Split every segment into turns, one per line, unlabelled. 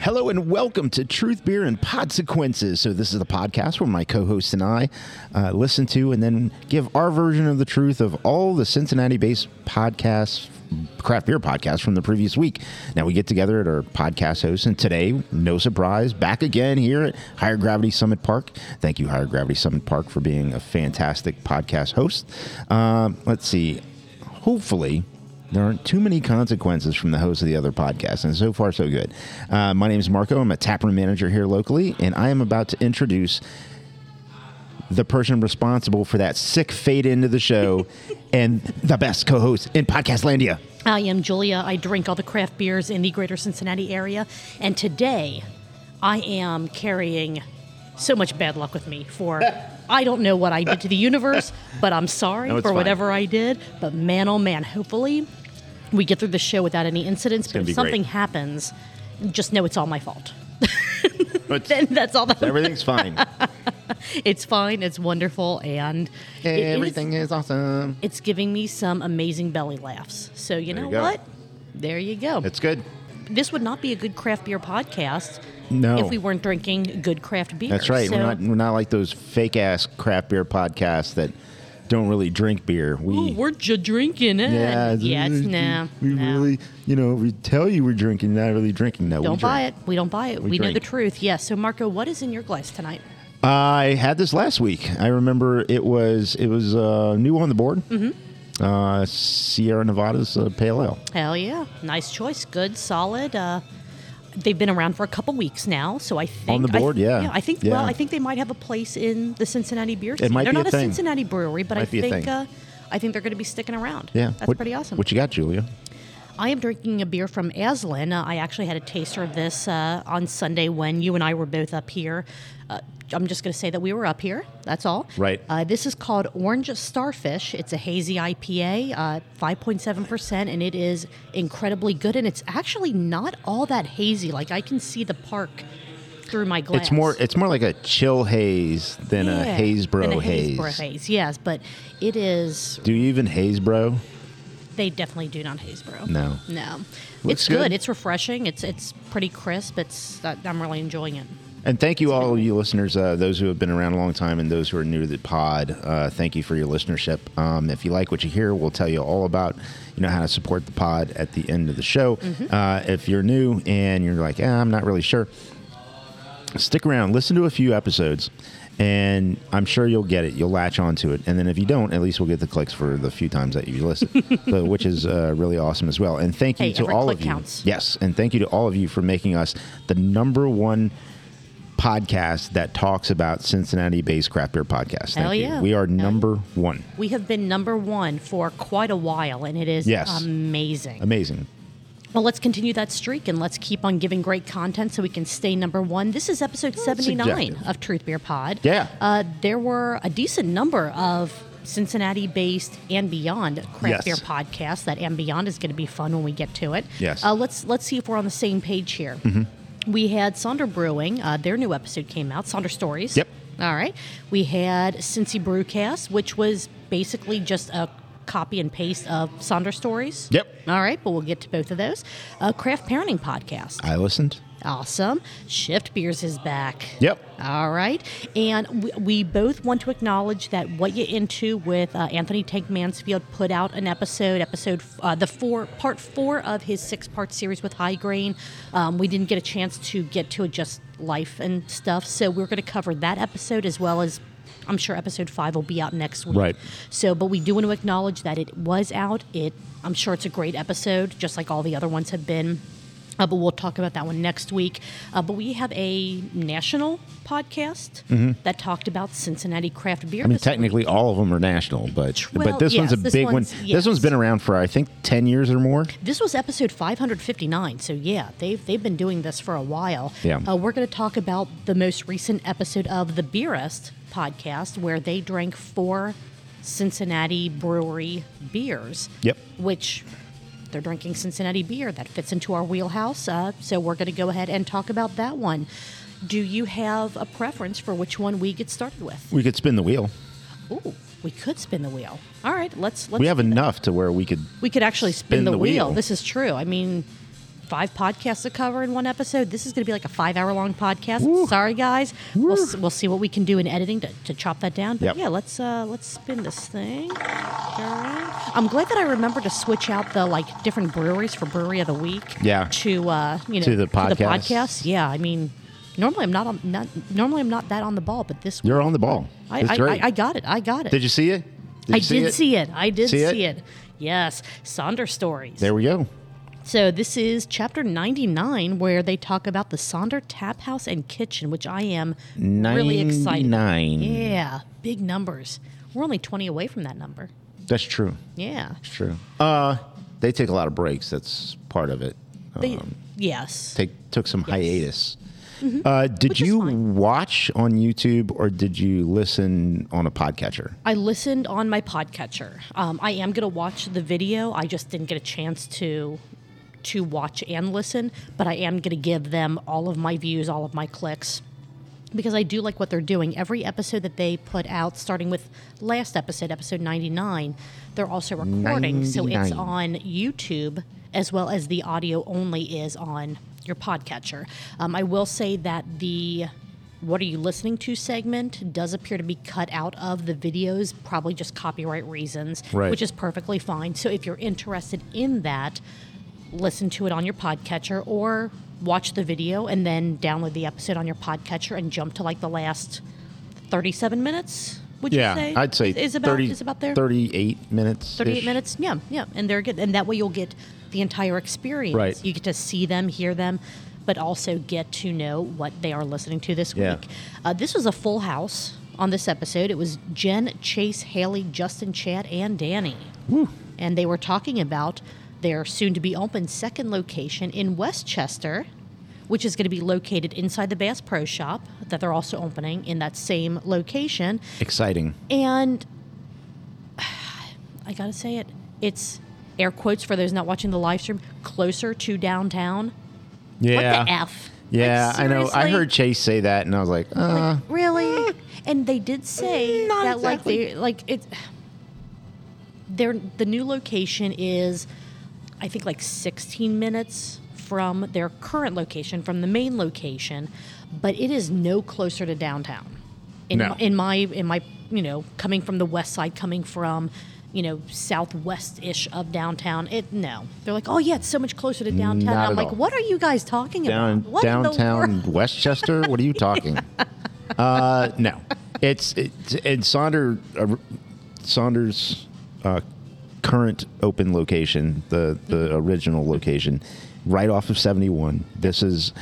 Hello and welcome to Truth, Beer, and Podsequences. So, this is the podcast where my co hosts and I uh, listen to and then give our version of the truth of all the Cincinnati based podcasts, craft beer podcasts from the previous week. Now, we get together at our podcast hosts, and today, no surprise, back again here at Higher Gravity Summit Park. Thank you, Higher Gravity Summit Park, for being a fantastic podcast host. Um, let's see. Hopefully, there aren't too many consequences from the host of the other podcast, and so far so good. Uh, my name is Marco. I'm a taproom manager here locally, and I am about to introduce the person responsible for that sick fade into the show and the best co-host in Podcastlandia.
I am Julia. I drink all the craft beers in the greater Cincinnati area. And today, I am carrying so much bad luck with me for I don't know what I did to the universe, but I'm sorry
No,
for
it's fine.
whatever I did. But man, oh man, hopefully we get through the show without any incidents. But
gonna be
if something
great.
happens, just know it's all my fault.
But
And that's all that
everything's fine.
it's fine, it's wonderful, and it is-
Everything is awesome.
it's giving me some amazing belly laughs. So you
There
know
you go.
what? There you go.
It's good.
this would not be a good craft beer podcast
No.
if we weren't drinking good craft beer.
That's right.
So,
We're not we're not like those fake ass craft beer podcasts that don't really drink beer. We
Ooh, we're ju- drinking it.
yeah,
yeah it's no.
We
no.
really, you know, we tell you we're drinking, not really drinking. No,
don't
we
buy
drink.
it. We don't buy it.
We
We, know the
drink.
truth. Yes. so, Marco, what is in your glass tonight?
I had this last week. I remember it was it was uh, new on the board. Mm-hmm. Uh, Sierra Nevada's uh, pale ale.
Hell yeah. Nice choice. Good, solid. Uh, they've been around for a couple weeks now, so I think
the
I th-
board, yeah.
I think.
Yeah.
Well, I think they might have a place in the Cincinnati beer. Scene.
might
they're
be a
not a,
thing.
Cincinnati brewery, but I
Might be a
think
thing.
uh, I think they're going to be sticking around.
Yeah,
that's
What-
pretty awesome. Oh,
What you got, Julia?
I am drinking a beer from Aslan. Uh, I actually had a taster of this uh, on Sunday when you and I were both up here. Uh, I'm just going to say that we were up here. That's all.
Right.
Uh, this is called Orange Starfish. It's a hazy IPA, uh, 5.7%, and it is incredibly good. And it's actually not all that hazy. Like I can see the park through my glass.
It's more it's more like a chill haze than a
Yeah,
hazebro
than a
haze.
Hazebro haze. Yes, but it is
Do you even hazebro?
They definitely do not haze, bro.
No.
no.
Looks
it's good.
good.
It's refreshing. It's it's pretty crisp. It's I- I'm really enjoying it.
And thank you all you listeners, uh, those who have been around a long time and those who are new to the pod. Uh, thank you for your listenership. Um, if you like what you hear, we'll tell you all about you know how to support the pod at the end of the show.
Mm-hmm.
Uh, if you're new and you're like, eh, I'm not really sure, stick around, listen to a few episodes, and I'm sure you'll get it. You'll latch onto it. And then if you don't, at least we'll get the clicks for the few times that you listen, so, which is uh, really awesome as well. And thank you
Hey,
to
every
all
click
of you.
counts.
Yes, and thank you to all of you for making us the number one podcast that talks about Cincinnati-based craft beer podcasts. Thank
Hell
you.
yeah.
We are
Hell yeah.
number one.
We have been number one for quite a while, and it is
Yes.
amazing.
Amazing.
Well, let's continue that streak and let's keep on giving great content so we can stay number one. This is episode 79
subjective.
of Truth Beer Pod.
Yeah.
Uh, there were a decent number of Cincinnati based and beyond
Yes.
craft beer podcasts. That and beyond is going to be fun when we get to it.
Yes. Mm-hmm.
Uh, let's, let's see if we're on the same page here. We had Sonder Brewing, uh, their new episode came out, Sonder Stories.
Yep.
All right. We had Cincy Brewcast, which was basically just a copy and paste of Sonder Stories.
Yep.
All right, but we'll get to both of those. Uh, Craft Parenting Podcast.
I listened.
Awesome. Shift Beers is back.
Yep.
All right. And we, we both want to acknowledge that What You Into with uh, Anthony Tank Mansfield put out an episode, episode uh, the four, part four of his six part series with High Grain. Um, we didn't get a chance to get to it, just life and stuff. So we're going to cover that episode as well as. I'm sure episode five will be out next week.
Right.
So, but we do want to acknowledge that it was out. It, I'm sure it's a great episode, just like all the other ones have been. Uh, but we'll talk about that one next week. Uh, but we have a national podcast that talked about Cincinnati craft beer.
Mm-hmm. I mean,
this week.
technically, all of them are national, but but
Well,
this one's a
yes, this
big
one's-
one. This
yes.
one's been around for I think ten years or more.
This was episode 559, so yeah, they've they've been doing this for a while.
Yeah.
Uh, we're going to talk about the most recent episode of the Beerist podcast, where they drank four Cincinnati brewery beers.
Yep.
Which They're drinking Cincinnati beer. That fits into our wheelhouse. Uh, so we're going to go ahead and talk about that one. Do you have a preference for which one we get started with?
We could spin the wheel.
Ooh, we could spin the wheel. All right, let's let's
We have enough to where we could.
we could actually spin,
Spin
the,
the
wheel.
wheel.
This is true. I mean, five podcasts to cover in one episode. This is going to be like a five-hour-long podcast. Sorry, guys. We'll, s- we'll see what we can do in editing to, to chop that down. But
Yep.
yeah, let's uh, let's spin this thing. All right. I'm glad that I remembered to switch out the like different breweries for brewery of the week.
Yeah.
To uh, you know
To the podcast.
podcast. Yeah. I mean, normally I'm not on not normally I'm not that on the ball, but this
You're on the ball.
I,
That's
I,
great.
I I got it. I got it.
did you see it? you
I did see it. I did
See
see
it?
it. Yes, Sonder stories.
There we go.
So this is chapter 99 where they talk about the Sonder Tap House and Kitchen, which I am really excited.
99.
Yeah, big numbers. We're only 20 away from that number.
That's true.
Yeah.
It's true. Uh, they take a lot of breaks. That's part of it.
They,
Um,
yes. Mm-hmm.
Take took some hiatus. Uh, did you watch on YouTube or did you listen on a podcatcher?
I listened on my podcatcher. Um, I am going to watch the video. I just didn't get a chance to to watch and listen, but I am going to give them all of my views, all of my clicks because I do like what they're doing. Every episode that they put out starting with last episode, episode 99, they're also recording, so it's
99.
on YouTube as well as the audio only is on your podcatcher. Um, I will say that the what are you listening to segment does appear to be cut out of the videos, probably just copyright reasons,
Right.
which is perfectly fine. So if you're interested in that, listen to it on your podcatcher or watch the video and then download the episode on your podcatcher and jump to like the last 37 minutes. Would you say?
I'd say
is, is about
30,
is about there.
38 minutes.
38 minutes. Yeah, yeah, and they're good. And that way you'll get the entire experience.
Right.
You get to see them, hear them, but also get to know what they are listening to this
Yeah.
week. Uh, this was a full house on this episode. It was Jen, Chase, Haley, Justin, Chad, and Danny. And they were talking about their soon to be open second location in Westchester. Which is going to be located inside the Bass Pro Shop that they're also opening in that same location.
Exciting.
And I gotta say it, it's air quotes for those not watching the live stream, closer to downtown.
Yeah.
What the F?
Yeah,
Like,
I know. I
seriously?
heard Chase say that and I was like, uh,
Really? And they did say
Mm, not
that
exactly.
like they like it their the new location is I think like 16 minutes from their current location from the main location, but it is no closer to downtown. In
No.
in my in my, you know, coming from the west side coming from you know, southwest-ish of downtown. It no, they're like, oh yeah, it's so much closer to downtown.
Not
And I'm
at
like,
all.
what are you guys talking
down
about? What in the world?
downtown Westchester? What are you talking? Uh, no, it's, it's and Saunder, uh, Saunders' uh, current open location, the the original location, right off of seventy one. This is.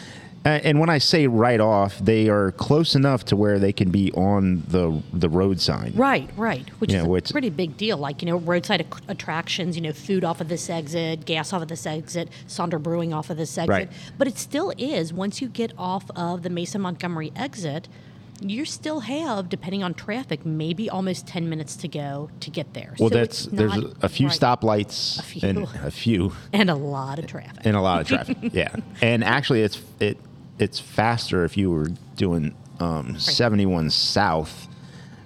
a- And when I say right off, they are close enough to where they can be on the the road sign.
Right, right, which
Yeah,
is a
well, it's-
pretty big deal. Like you know, roadside ac- attractions, you know, food off of this exit, gas off of this exit, Sonder Brewing off of this exit.
Right.
But it still is once you get off of the Mason Montgomery exit, you still have, depending on traffic, maybe almost ten minutes to go to get there.
Well,
So
that's
it's
there's a,
not
a few
right.
stoplights
few.
and a few.
and a lot of traffic.
and a lot of traffic. yeah, and actually, it's it it's faster if you were doing um, seventy one south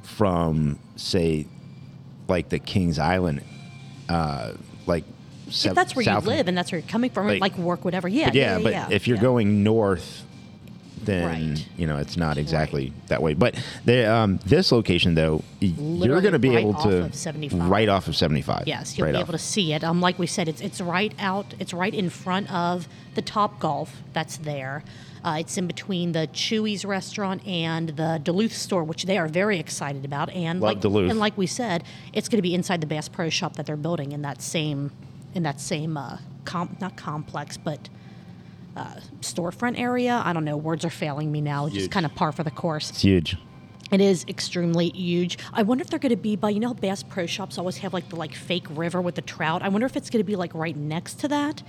from say like the Kings Island, uh, like
If
sev-
that's where
south-
you live and that's where you're coming from,
Like-
like, work, whatever. Yeah,
But yeah, but if you're
yeah.
going north, then
Right.
you know it's not exactly that way. But they, um, this location though, y- you're
Literally
going to be
right
able
off
to
of 75.
right off of seventy five.
Yes, you'll
right
be
off.
able to see it. Um, like we said, it's it's right out. It's right in front of the Top Golf that's there. Uh, it's in between the Chewy's restaurant and the Duluth store, which they are very excited about. And
Love
like
Duluth.
and like we said, it's going to be inside the Bass Pro Shop that they're building in that same in that same uh, comp not complex but uh, storefront area. I don't know. Words are failing me now. It's
Huge.
just kind of par for the course.
It's huge.
It is extremely huge. I wonder if they're going to be by you know how Bass Pro Shops always have like the like fake river with the trout. I wonder if it's going to be like right next to that,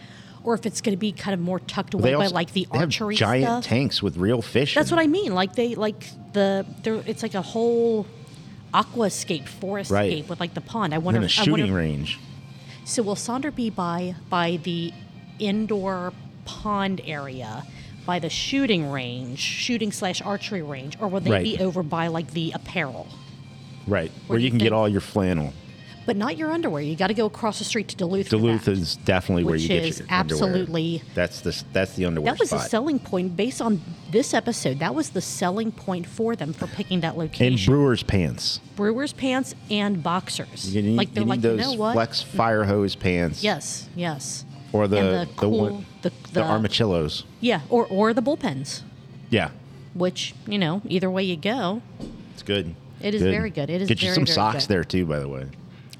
or if it's going to be kind of more tucked away by like the
they have
archery
giant
stuff.
tanks with real fish.
That's
in
what I mean. Like they like the there. It's like a whole aquascape, forestscape
Right.
with like the pond. I wonder.
and a
I wonder-
shooting range.
So we'll saunter be by by the indoor pond area, by the shooting range, shooting slash archery range, or will they
Right.
be over by like the apparel?
Right. Where
do
you
you
can get
think?
all your flannel.
But not your underwear. You got to go across the street to Duluth. for
Duluth
that.
is definitely where you
Which
get
is
your underwear.
absolutely-
That's the that's the underwear
That was
spot.
a selling point based on this episode. That was the selling point for them for picking that
and
location.
brewer's pants.
Brewers pants and boxers.
You need,
like they're
you need
like,
those
you know what? Mm.
flex fire hose pants.
Yes, yes.
Or the
And
the,
cool,
one-
the,
the armachillos.
Yeah, or or the bullpens,
Yeah.
which you know, either way you go,
It's good.
It is very good. It is
Get you
very,
some
very
socks
good.
there too, by the way.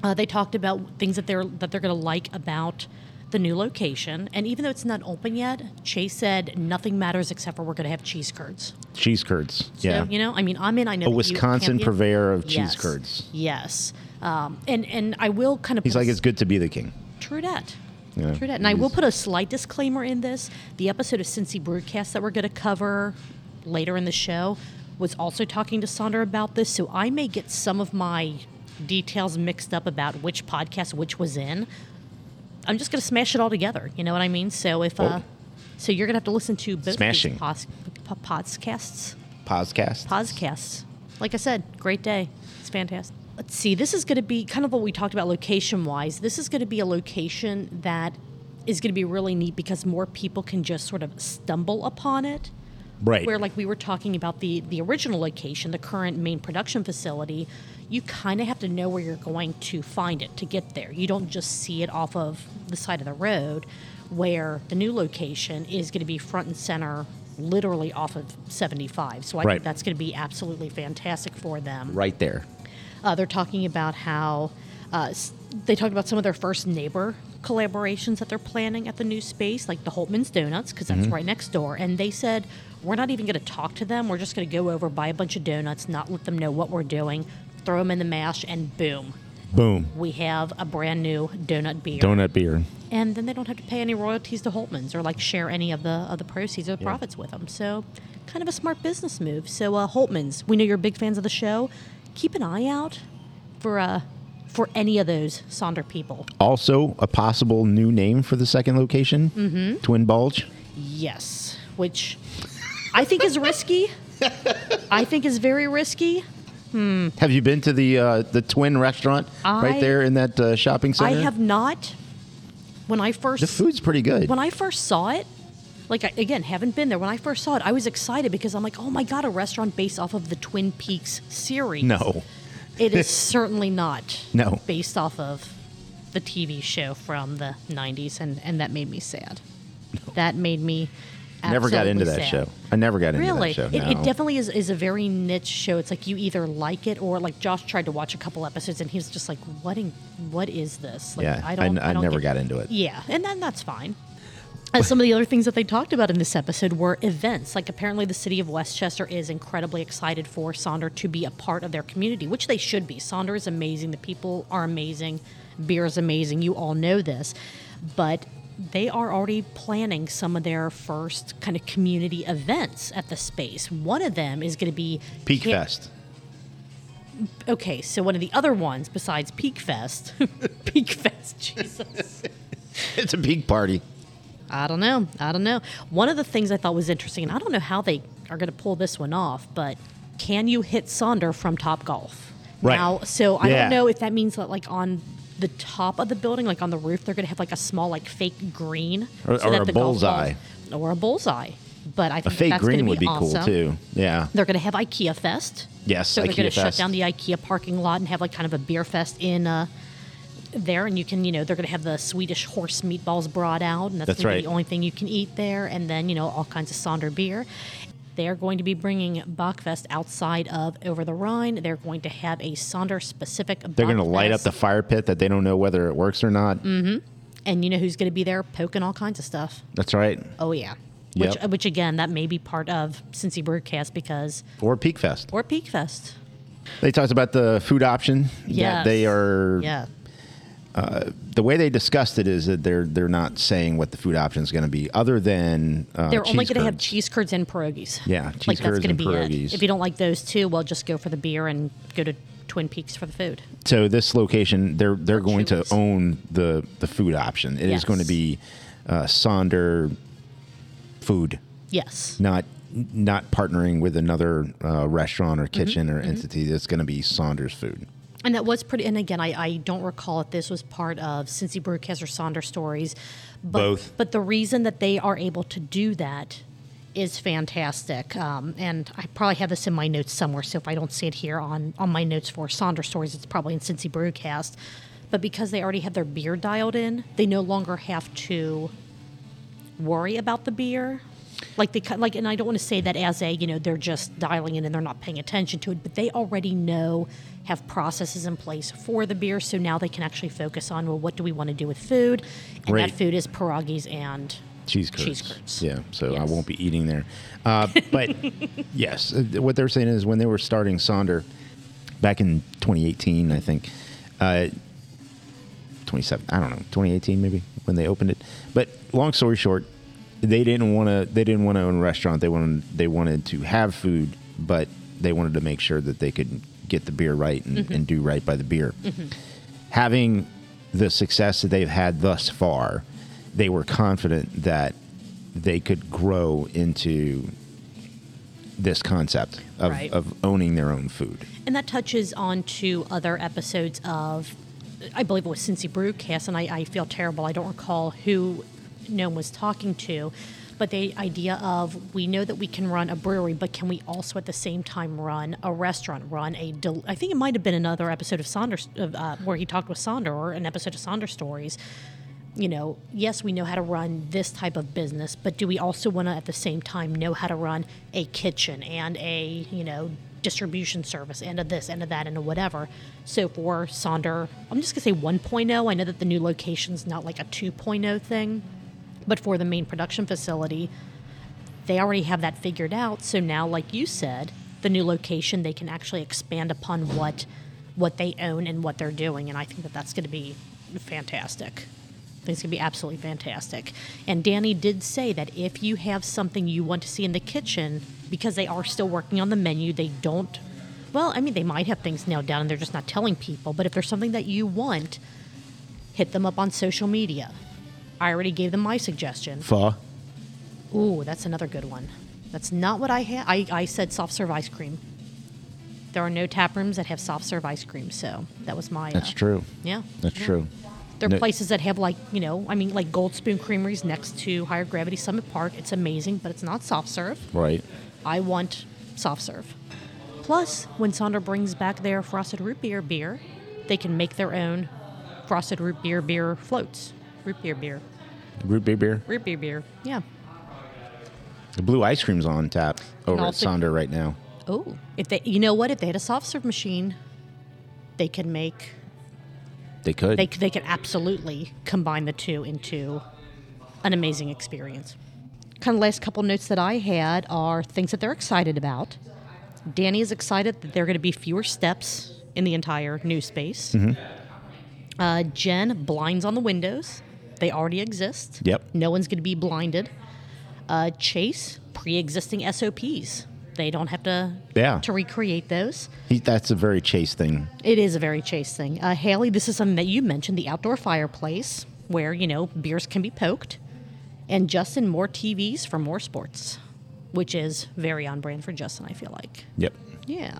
Uh, they talked about things that they're that they're going to like about the new location, and even though it's not open yet, Chase said nothing matters except for we're going to have cheese curds.
Cheese curds.
So,
yeah.
you know, I mean, I'm in. I know
a
that you-
Wisconsin
Campion-
purveyor of cheese
Yes,
curds.
Yes, um, and and I will kind of.
He's
put
like,
a
it's good to be the king.
True that.
Yeah,
True that. And I
it
will
is.
put a slight disclaimer in this. The episode of Cincy Broadcast that we're going to cover later in the show was also talking to Sonder about this, so I may get some of my details mixed up about which podcast which was in. I'm just going to smash it all together. You know what I mean? So if uh,
Oh.
so, you're going to have to listen to both
Smashing.
these pos- po- podcasts.
Podcast.
Podcasts. Like I said, great day. It's fantastic. Let's see. This is going to be kind of what we talked about location wise. This is going to be a location that is going to be really neat because more people can just sort of stumble upon it.
right.
Where, like we were talking about the the original location, the current main production facility, you kind of have to know where you're going to find it to get there. You don't just see it off of the side of the road. Where the new location is going to be front and center, literally off of 75. So I
Right.
think that's going to be absolutely fantastic for them.
right there.
Uh, they're talking about how uh, s- they talked about some of their first neighbor collaborations that they're planning at the new space, like the Holtman's Donuts, because that's right next door. And they said, we're not even going to talk to them. We're just going to go over, buy a bunch of donuts, not let them know what we're doing, throw them in the mash, and boom,
Boom.
we have a brand new donut beer.
Donut beer.
And then they don't have to pay any royalties to Holtman's or like share any of the of the proceeds or the profits with them. So, kind of a smart business move. So uh, Holtman's, we know you're big fans of the show. Keep an eye out for uh for any of those Sonder people.
Also, a possible new name for the second location mm-hmm. Twin Bulge.
Yes, which I think is risky. I think is very risky.
Have you been to the uh, the Twin restaurant right
I-
there in that uh, shopping
I
center?
have not. When I first
The food's pretty good.
when I first saw it, like I, again, haven't been there. When I first saw it, I was excited because I'm like, oh my god, a restaurant based off of the Twin Peaks series.
no.
it is certainly not.
No.
based off of the TV show from the '90s, and and that made me sad. That made me.
Never got into that
absolutely sad.
show. I never got into
Really,
that show.
it,
no.
it definitely is, is a very niche show. It's like you either like it or like Josh tried to watch a couple episodes and he's just like, "What? In, what is this?" Like,
Yeah, I
I
n-
don't.
I
don't
never
get-
got into it.
Yeah, and then that's fine. Uh, some of the other things that they talked about in this episode were events. Like apparently, the city of Westchester is incredibly excited for Sonder to be a part of their community, which they should be. Sonder is amazing. The people are amazing. Beer is amazing. You all know this, but they are already planning some of their first kind of community events at the space. One of them is going to be
Peak
Ca-
Fest.
Okay, so one of the other ones besides Peak Fest, Peak Fest, Jesus.
It's a peak party.
I don't know. I don't know. One of the things I thought was interesting, and I don't know how they are going to pull this one off, but can you hit Sonder from Top Golf?
Right.
Now, so I
Yeah.
don't know if that means that, like, on the top of the building, like on the roof, they're going to have like a small, like, fake green
Or- or a
the golf
bullseye.
balls- or a bullseye. But I
A
think
fake
that's gonna
green would be
awesome.
cool too. Yeah.
They're going to have IKEA Fest.
Yes,
So they're going
IKEA
to shut
Fest.
down the IKEA parking lot and have like kind of a beer fest in uh, there, and you can you know they're going to have the Swedish horse meatballs brought out, and that's,
That's
gonna
right.
be the only thing you can eat there, and then you know all kinds of Sonder beer. They are going to be bringing Bachfest outside of Over the Rhine. They're going to have a Sonder specific.
They're going to light up the fire pit that they don't know whether it works or not.
Mm. and you know who's going to be there poking all kinds of stuff.
That's right.
Oh yeah.
Yep.
Which, which again, that may be part of Cincy Brewcast because
Or Peak Fest.
or Peak Fest.
They talked about the food option. Yeah.
Yes.
They are
Yeah.
the way they discussed it is that they're they're not saying what the food option is going to be, other than uh,
They're only
cheese
going to have
curds.
cheese curds and pierogies.
Yeah, cheese
like that's
curds
gonna
and
be
pierogies.
it. If you don't like those two, well, just go for the beer and go to Twin Peaks for the food.
So this location, they're they're going to
Chili's.
own the the food option. It is
Yes.
going to be uh, Sonder food,
Yes.
not not partnering with another uh, restaurant
Mm-hmm.
or kitchen or entity. That's going to be Saunders food.
And that was pretty. And again, I, I don't recall if this was part of Cincy Brewcaster Sonder stories. But,
Both.
But the reason that they are able to do that is fantastic. Um, and I probably have this in my notes somewhere. So if I don't see it here on, on my notes for Sonder stories, it's probably in Cincy Brewcast. But because they already have their beer dialed in, they no longer have to worry about the beer. Like they cut- like, and I don't want to say that as a you know they're just dialing in and they're not paying attention to it, but they already know have processes in place for the beer, so now they can actually focus on well, what do we want to do with food, and
Right.
that food is pierogies and
Cheese curds.
Cheese curds.
Yeah, so I
Yes.
won't be eating there. Uh, but yes, uh, what they're saying is when they were starting Sonder back in 2018, I think, uh, 27, I don't know, 2018 maybe when they opened it. But long story short, they didn't want to. They didn't want to own a restaurant. They wanted. They wanted to have food, but they wanted to make sure that they could get the beer right and,
Mm-hmm.
and do right by the beer having the success that they've had thus far, they were confident that they could grow into this concept of,
Right.
of owning their own food.
And that touches on to other episodes of, I believe it was Cincy Brewcast, and I, I feel terrible. I don't recall who Gnome was talking to, but the idea of we know that we can run a brewery, but can we also at the same time run a restaurant, run a, del- I think it might have been another episode of Saunders, of, uh, where he talked with Sonder, or an episode of Sonder Stories. You know, yes, we know how to run this type of business, but do we also want to at the same time know how to run a kitchen and a, you know, distribution service and a this and a that and a whatever? So for Sonder, I'm just going to say 1.0. I know that the new location's not like a 2.0 thing, but for the main production facility, they already have that figured out. So now, like you said, the new location, they can actually expand upon what what they own and what they're doing, and I think that that's going to be fantastic. I think it's going to be absolutely fantastic. And Danny did say that if you have something you want to see in the kitchen, because they are still working on the menu, they don't. Well, I mean, they might have things nailed down and they're just not telling people. But if there's something that you want, hit them up on social media. I already gave them my suggestion.
Pho?
Ooh, that's another good one. That's not what I had. I, I said soft serve ice cream. There are no tap rooms that have soft serve ice cream, so that was my.
That's
uh,
true.
Yeah.
That's
Yeah.
true.
There are
No-
places that have like you know, I mean, like Gold Spoon Creameries next to Higher Gravity Summit Park. It's amazing, but it's not soft serve.
Right.
I want soft serve. Plus, when Sonder brings back their frosted root beer beer, they can make their own frosted root beer beer floats. Root beer beer.
Root beer beer.
Root beer beer. Yeah.
The blue ice cream's on tap over at
also-
Sonder right now.
Oh, if they, you know what? If they had a soft serve machine, they could make
They could.
they c- they could absolutely combine the two into an amazing experience. Kind of last couple notes that I had are things that they're excited about. Danny is excited that there are going to be fewer steps in the entire new space.
Mm-hmm.
Uh, Jen blinds on the windows. They already exist.
Yep.
No one's going to be blinded. Uh, Chase pre-existing SOPs. They don't have to
Yeah.
to recreate those.
He, that's a very chase thing.
It is a very chase thing. Uh, Haley, this is something that you mentioned the outdoor fireplace where, you know, beers can be poked. And Justin, more TVs for more sports, which is very on brand for Justin, I feel like.
Yep.
Yeah.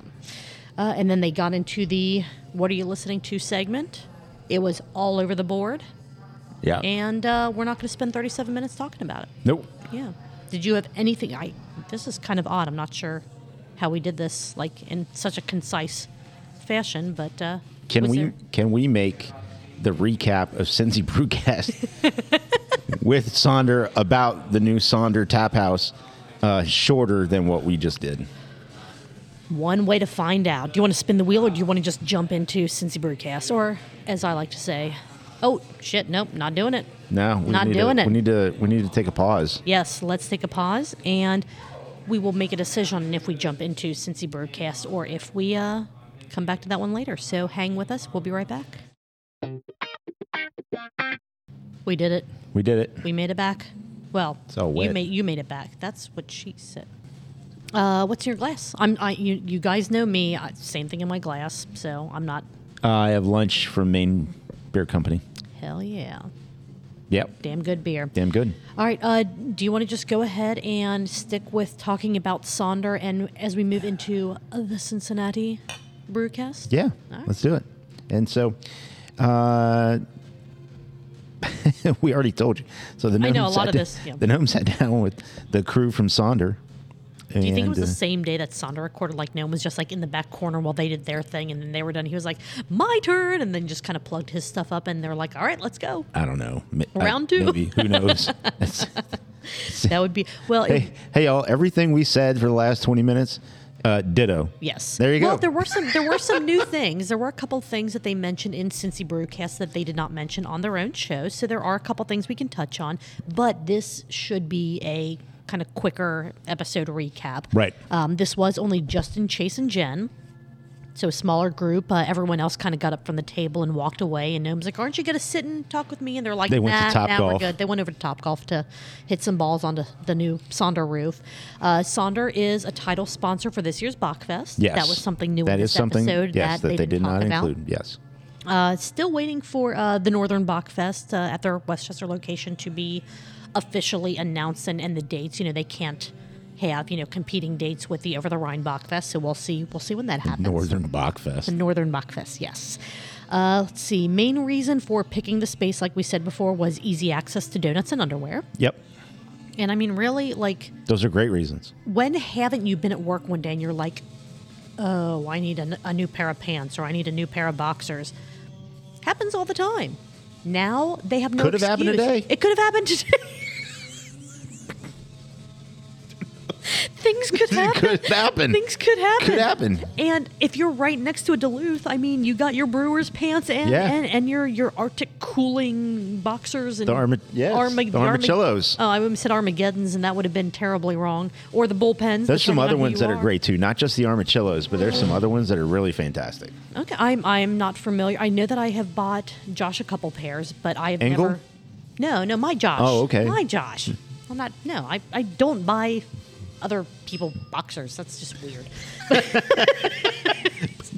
Uh, and then they got into the What Are You Listening to segment. It was all over the board.
Yeah.
And uh, we're not going to spend 37 minutes talking about it.
nope.
Yeah. Did you have anything? I this is kind of odd. I'm not sure how we did this, like in such a concise fashion, but uh,
Can
was
we
there-
can we make the recap of Cincy Brewcast with Sonder about the new Sonder Tap House uh, shorter than what we just did?
One way to find out. Do you want to spin the wheel, or do you want to just jump into Cincy Brewcast, or as I like to say, oh shit, nope, not doing it.
No, we
Not
need to-
doing it.
We need to we need to take a pause.
Yes, let's take a pause and we will make a decision on if we jump into Cincy Brewcast or if we uh, come back to that one later. So hang with us. We'll be right back. We did it.
We did it.
We made it back. Well,
all
you
wet.
made you made it back. That's what she said. Uh, what's in your glass? I'm. I, you, you guys know me. I, same thing in my glass. So I'm not.
Uh, I have lunch from Maine Beer Company.
Hell yeah.
Yep.
Damn good beer.
Damn good.
All right. Uh, do you want to just go ahead and stick with talking about Sonder and as we move into the Cincinnati Brewcast?
Yeah,
All right.
let's do it. And so, uh, we already told you. So the
I
gnomes
know, a lot
sat
of
da-
this, yeah.
The gnome sat down with the crew from Sonder.
Do you think it
uh,
was the same day that Sonder recorded? Like, Gnome was just like in the back corner while they did their thing, and then they were done. He was like, "My turn," and then just kind of plugged his stuff up, and they're like, "All right, let's go."
I don't know. M- I-
Round two?
Maybe. Who knows? It's-
That would be well. it-
hey, hey, y'all! Everything we said for the last twenty minutes, uh, ditto.
Yes.
There you
Well,
go.
there were some there were some new things. There were a couple things that they mentioned in Cincy Brewcast that they did not mention on their own show. So there are a couple things we can touch on, but this should be a kind of quicker episode recap.
Right.
Um, this was only Justin, Chase, and Jen. So a smaller group. Uh, everyone else kind of got up from the table and walked away. And Gnome's like, "Aren't you going to sit and talk with me?" And they're like,
They
"Nah,
went to
nah, we're
Topgolf.
good." They went over to Top Golf to hit some balls onto the new Sonder roof. Uh, Sonder is a title sponsor for this year's Bachfest.
Yes,
that was something new
That
in
is
this
something.
episode
yes,
that,
that they did
didn't
not
talk about.
include. Yes.
Uh, still waiting for uh, the Northern Bachfest uh, at their Westchester location to be officially announced and, and the dates. You know, they can't have you know competing dates with the Over the Rhine Bachfest, so we'll see. We'll see when that happens.
Northern
The
Bachfest.
Northern Bachfest, yes. Uh, let's see. Main reason for picking the space, like we said before, was easy access to donuts and underwear.
Yep.
And I mean, really, like,
Those are great reasons.
when haven't you been at work one day and you're like, oh, I need a, n- a new pair of pants or I need a new pair of boxers? Happens all the time. Now they have no
Could have happened
excuse.
today.
It could have happened today. Things could happen.
Could happen.
Things could happen.
Could happen.
And if you're right next to a Duluth, I mean, you got your brewer's pants and
Yeah.
and, and your your Arctic cooling boxers and
The Arma- yes,
Armag-
the
Armag-
Armachillos.
oh, I would have said Armageddon's, and that would have been terribly wrong. Or the bullpens.
There's some
depending on
other
who
ones
you
that are great too, not just the Armachillos, but there's some other ones that are really fantastic.
Okay, I'm I'm not familiar. I know that I have bought Josh a couple pairs, but I have
Engel?
never. No, no, my Josh.
Oh, okay.
My Josh. I'm not. No, I I don't buy other people boxers. That's just weird.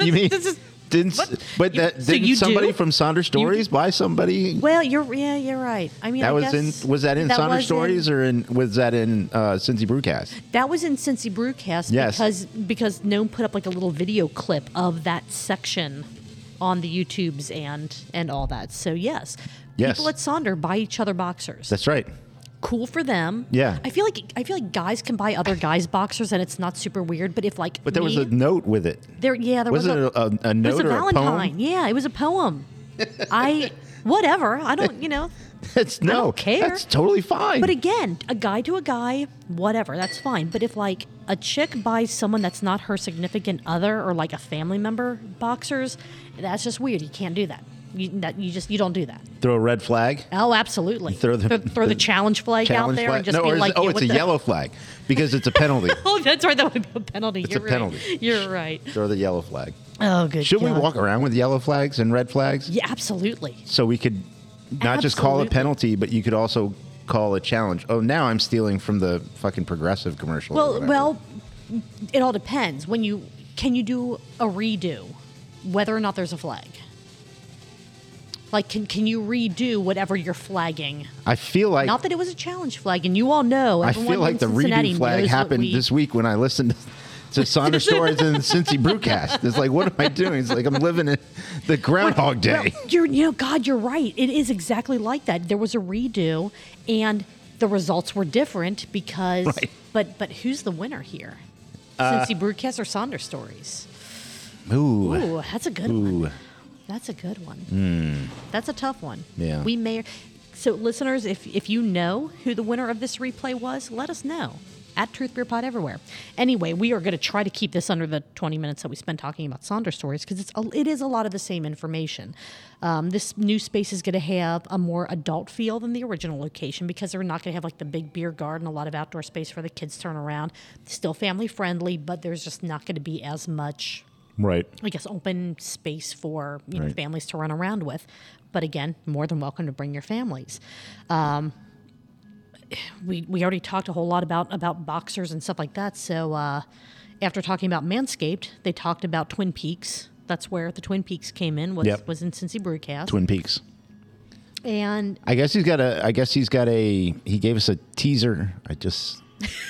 You mean
this is-
didn't s-
what?
but
You-
that
so
didn't
you
somebody
do?
from Sonder Stories buy somebody
Well, you're yeah, you're right. I mean,
that
I
was
guess
in was that in Sonder
was
Stories or in was that in uh Cincy Brewcast?
That was in Cincy Brewcast
Yes.
because because Gnome put up like a little video clip of that section on the YouTubes and and all that. So yes,
Yes.
people at Sonder buy each other boxers.
That's right.
cool for them.
Yeah.
I feel like I feel like guys can buy other guys boxers and it's not super weird. But if like
But there was
me,
a note with it.
there yeah there
Was
was,
it
a,
a, a, a
it
note
was a
or a
Valentine.
poem?
yeah, it was a poem. I whatever. I don't you know.
It's no.
care.
That's totally fine.
But again, a guy to a guy, whatever, that's fine. But if like a chick buys someone that's not her significant other or like a family member boxers, that's just weird. You can't do that. You, that, you just you don't do that.
Throw a red flag.
Oh, absolutely.
Throw the-
throw, throw the,
the
challenge flag out
Challenge
there
flag.
and just
no,
be
or is
like,
it- oh,
yeah,
it's
what
a
the-
yellow flag because it's a penalty.
Oh, that's right. That would be a penalty.
It's a
You're right.
penalty.
You're right.
Throw the yellow flag.
Oh, good.
Should we
God.
walk around with yellow flags and red flags?
Yeah, absolutely.
so we could not just call it
Absolutely.
penalty, but you could also call it challenge. Oh, now I'm stealing from the fucking progressive commercial. or
Well,
whatever.
well, it all depends. When you can you do a redo, whether or not there's a flag. Like, can can you redo whatever you're flagging?
I feel like
Not that it was a challenge flag, and you all know.
I
everyone
feel like
in
the
Cincinnati
redo flag
knows what
happened
we-
this week when I listened to, to Sonder Stories and Cincy Brewcast. It's like, what am I doing? It's like I'm living in the Groundhog Day.
Well, you're, you know, God, you're right. It is exactly like that. There was a redo, and the results were different because.
Right. Uh,
But but who's the winner here? Cincy Brewcast or Sonder Stories?
Ooh,
Ooh, that's a good
ooh,
one. That's a good one. That's a tough one.
Yeah.
We may. So, listeners, if, if you know who the winner of this replay was, let us know at Truth Beer Pod everywhere. Anyway, we are going to try to keep this under the 20 minutes that we spend talking about Sonder stories because it's a, it is a lot of the same information. Um, this new space is going to have a more adult feel than the original location because they're not going to have like the big beer garden, a lot of outdoor space for the kids to turn around. Still family friendly, but there's just not going to be as much
right.
I guess, open space for you know,
Right.
families to run around with. But again, more than welcome to bring your families. Um, we we already talked a whole lot about about boxers and stuff like that. So uh, after talking about Manscaped, they talked about Twin Peaks. That's where the Twin Peaks came in. Was
Yep.
was in Cincy Brewcast.
Twin Peaks.
and
I guess he's got a. I guess he's got a. He gave us a teaser. I just. it's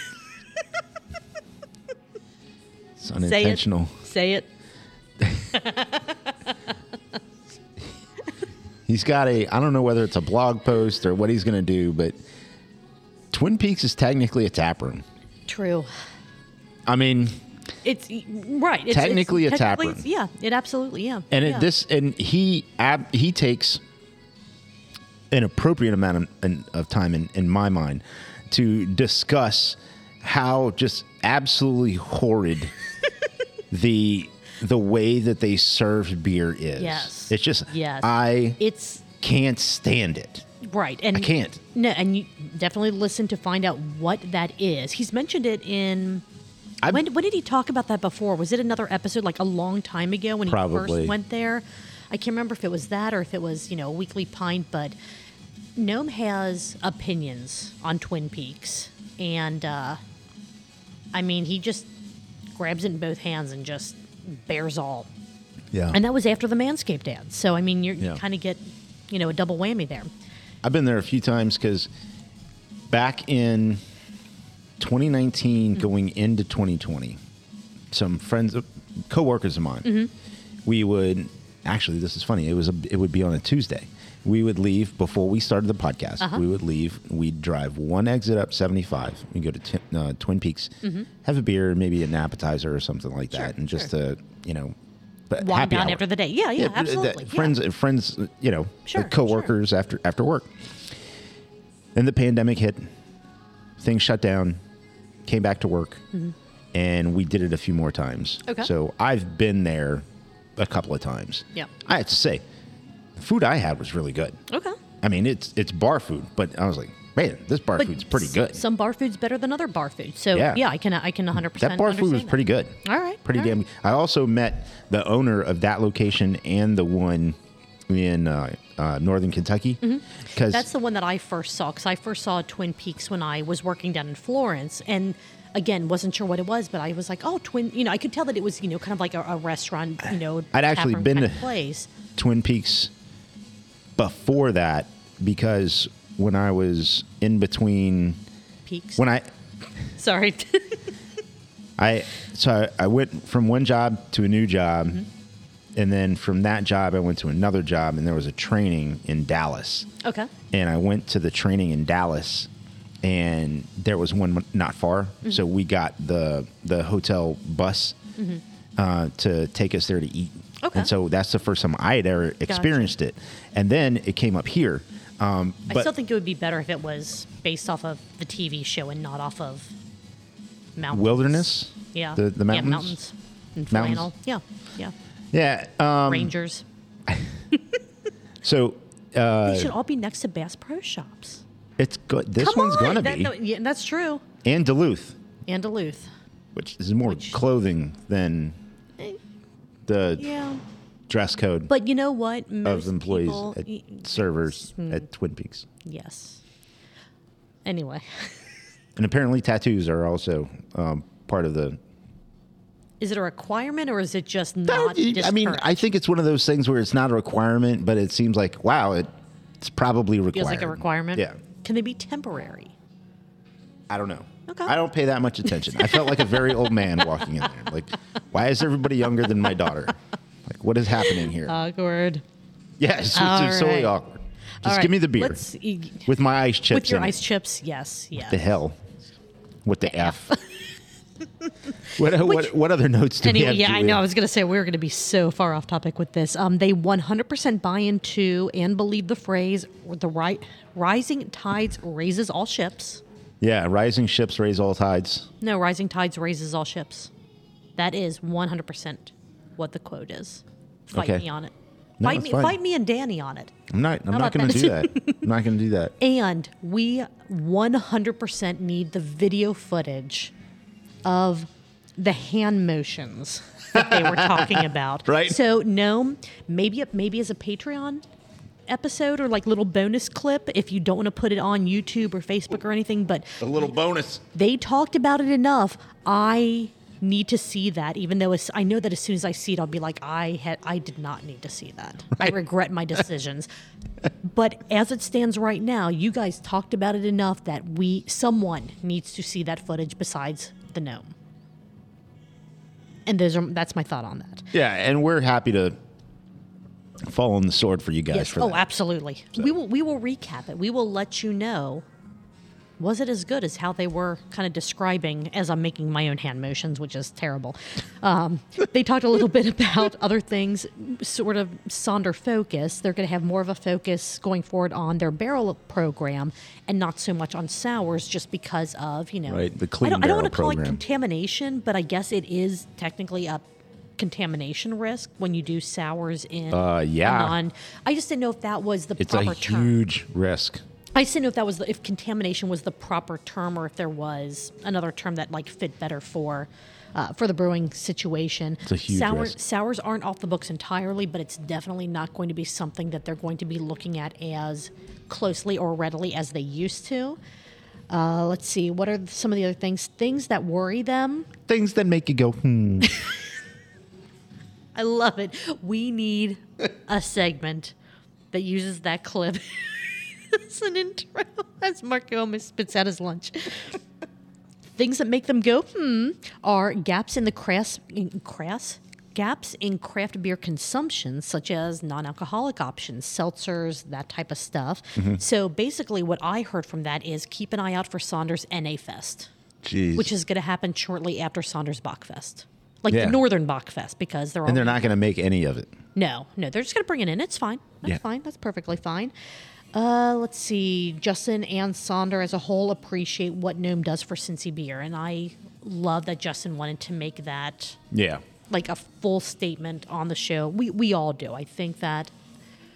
say it.
unintentional.
Say it.
He's got a. I don't know whether it's a blog post or what he's going to do, but Twin Peaks is technically a tap room.
True.
I mean,
It's right. It's,
Technically a
it's,
tap
technically-
room.
Yeah. It absolutely. Yeah.
and
yeah.
it, this and he ab, he takes an appropriate amount of, an- of time in, in my mind to discuss how just absolutely horrid the the way that they served beer is.
Yes.
It's just
Yes.
I
It's
can't stand it.
Right, and
I can't.
No, and you definitely listen to find out what that is. He's mentioned it in.
I-
when when did he talk about that before? Was it another episode like a long time ago when he
Probably.
first went there? I can't remember if it was that or if it was you know a weekly pint, but Gnome has opinions on Twin Peaks, and uh, I mean he just grabs it in both hands and just bears all.
Yeah.
And that was after the Manscaped ad, so I mean you're,
Yeah.
you kind of get you know a double whammy there.
I've been there a few times because back in 2019, going into 2020, some friends, uh, coworkers of mine,
Mm-hmm.
we would actually. This is funny. It was a, it would be on a Tuesday. We would leave before we started the podcast.
Uh-huh.
We would leave. We'd drive one exit up 75 and go to Ti- uh, Twin Peaks,
Mm-hmm.
have a beer, maybe an appetizer or something like that, and just to you know, but
wind
happy
down
hour.
after the day. Yeah, yeah,
but, uh,
absolutely. yeah.
Friends, friends, you know,
Sure,
like coworkers after after work. Then the pandemic hit, things shut down, came back to work, and we did it a few more times.
Mm-hmm. Okay.
So I've been there a couple of times.
Yeah.
I have to say, the food I had was really good.
Okay.
I mean, it's it's bar food, but I was like, man, this bar food's pretty
s-
good.
Some bar food's better than other bar food. So
Yeah.
yeah, I can I can 100 percent.
that bar food was pretty good.
All right,
Pretty
all
damn. I also met the owner of that location and the one in uh, uh, northern Kentucky because
Mm-hmm. That's the one that I first saw because I first saw Twin Peaks when I was working down in Florence and. Again, wasn't sure what it was, but I was like, "Oh, twin." You know, I could tell that it was, you know, kind of like a, a restaurant, you know,
I'd actually
tavern
been
kind of
to-
place.
Twin Peaks before that because when I was in between
Peaks.
when I
Sorry,
I so I, I went from one job to a new job,
Mm-hmm.
and then from that job I went to another job, and there was a training in Dallas.
okay,
and I went to the training in Dallas, and there was one not far.
Mm-hmm.
So we got the the hotel bus uh, to take us there to eat.
Mm-hmm. Okay.
And so that's the first time I had ever experienced it, and then it came up here. Um,
I
but
still think it would be better if it was based off of the TV show and not off of mountains.
wilderness,
Yeah.
the the mountains,
Yeah, mountains. And
Mountains.
flannel. Yeah. Yeah.
yeah. Um,
Rangers.
so uh,
they should all be next to Bass Pro Shops.
it's good. This
Come
one's
on.
gonna
That-
be
no, yeah, that's true.
and Duluth,
And Duluth.
which is more
Which-
clothing than the
Uh, Yeah.
dress code
But you know what? Most
of employees
people-
at
y- mm.
servers at Twin Peaks.
Yes. Anyway,
And apparently, tattoos are also um, part of the.
is it a requirement or is it just not?
I mean, I
discouraged?
think it's one of those things where it's not a requirement, but it seems like wow, it, it's probably required.
feels like a requirement.
Yeah,
Can they be temporary?
I don't know.
Okay.
I don't pay that much attention. I felt like a very old man walking in there. Like, why is everybody younger than my daughter? Like, what is happening here?
Uh, Awkward.
yes, it's,
all
it's totally
right.
awkward. Just give me the beer
Let's, e-
with my ice chips.
with your
in it.
ice chips, yes, yes.
The hell, what the f? what, what what other notes do we
Anyway,
have?
yeah, I
Julia?
know. I was going to say we were going to be so far off topic with this. Um, they 100% buy into and believe the phrase "the right rising tides raises all ships."
Yeah, rising ships raise all tides.
No, rising tides raises all ships. That is 100% what the quote is. Fight
Okay.
me on it.
No,
fight
it's
me,
fine.
fight me and Danny on it.
I'm not. I'm
How
not
about
going to
that?
do that. I'm not going to do that.
And we 100% need the video footage of the hand motions that they were talking about.
Right.
So, Gnome, maybe maybe as a Patreon, episode or like little bonus clip if you don't want to put it on YouTube or Facebook or anything. But
A little bonus.
they talked about it enough. I need to see that, even though as, I know that as soon as I see it, I'll be like, I had, I did not need to see that. I regret my decisions. but as it stands right now, you guys talked about it enough that we, someone needs to see that footage besides the gnome. And those are that's my thought on that.
Yeah, and we're happy to fall on the sword for you guys for
Oh,
that.
absolutely. We will we will recap it. We will let you know. Was it as good as how they were kind of describing as I'm making my own hand motions, which is terrible? Um, they talked a little bit about other things, sort of Sonder focus. They're going to have more of a focus going forward on their barrel program and not so much on sours just because of, you know,
Right, the
I
clean
don't, I don't
barrel
want to call it
program.
contamination, but I guess it is technically a contamination risk when you do sours in
Uh, yeah.
non- I just didn't know if that was the
It's a
proper term.
huge risk.
I just didn't know if that was the, if contamination was the proper term or if there was another term that like fit better for uh, for the brewing situation. It's
a huge
Sour,
risk.
Sours aren't off the books entirely, but it's definitely not going to be something that they're going to be looking at as closely or readily as they used to. Uh, let's see. What are some of the other things? Things that worry them.
Things that make you go, hmm.
I love it. We need a segment that uses that clip as an intro as Marco almost spits out his lunch. Things that make them go hmm are gaps in the crass in crass gaps in craft beer consumption such as non-alcoholic options seltzers that type of stuff
Mm-hmm.
so basically what i heard from that is keep an eye out for saunders na fest
Jeez.
which is going to happen shortly after saunders bachfest like
Yeah.
the northern bachfest because they're all
and they're not going to make any of it.
no, no, they're just going to bring it in. It's fine. That's
Yeah.
fine. That's perfectly fine. Uh, let's see. Justin and Sonder as a whole appreciate what Gnome does for Cincy Beer. And I love that Justin wanted to make that
Yeah.
like a full statement on the show. We, we all do. I think that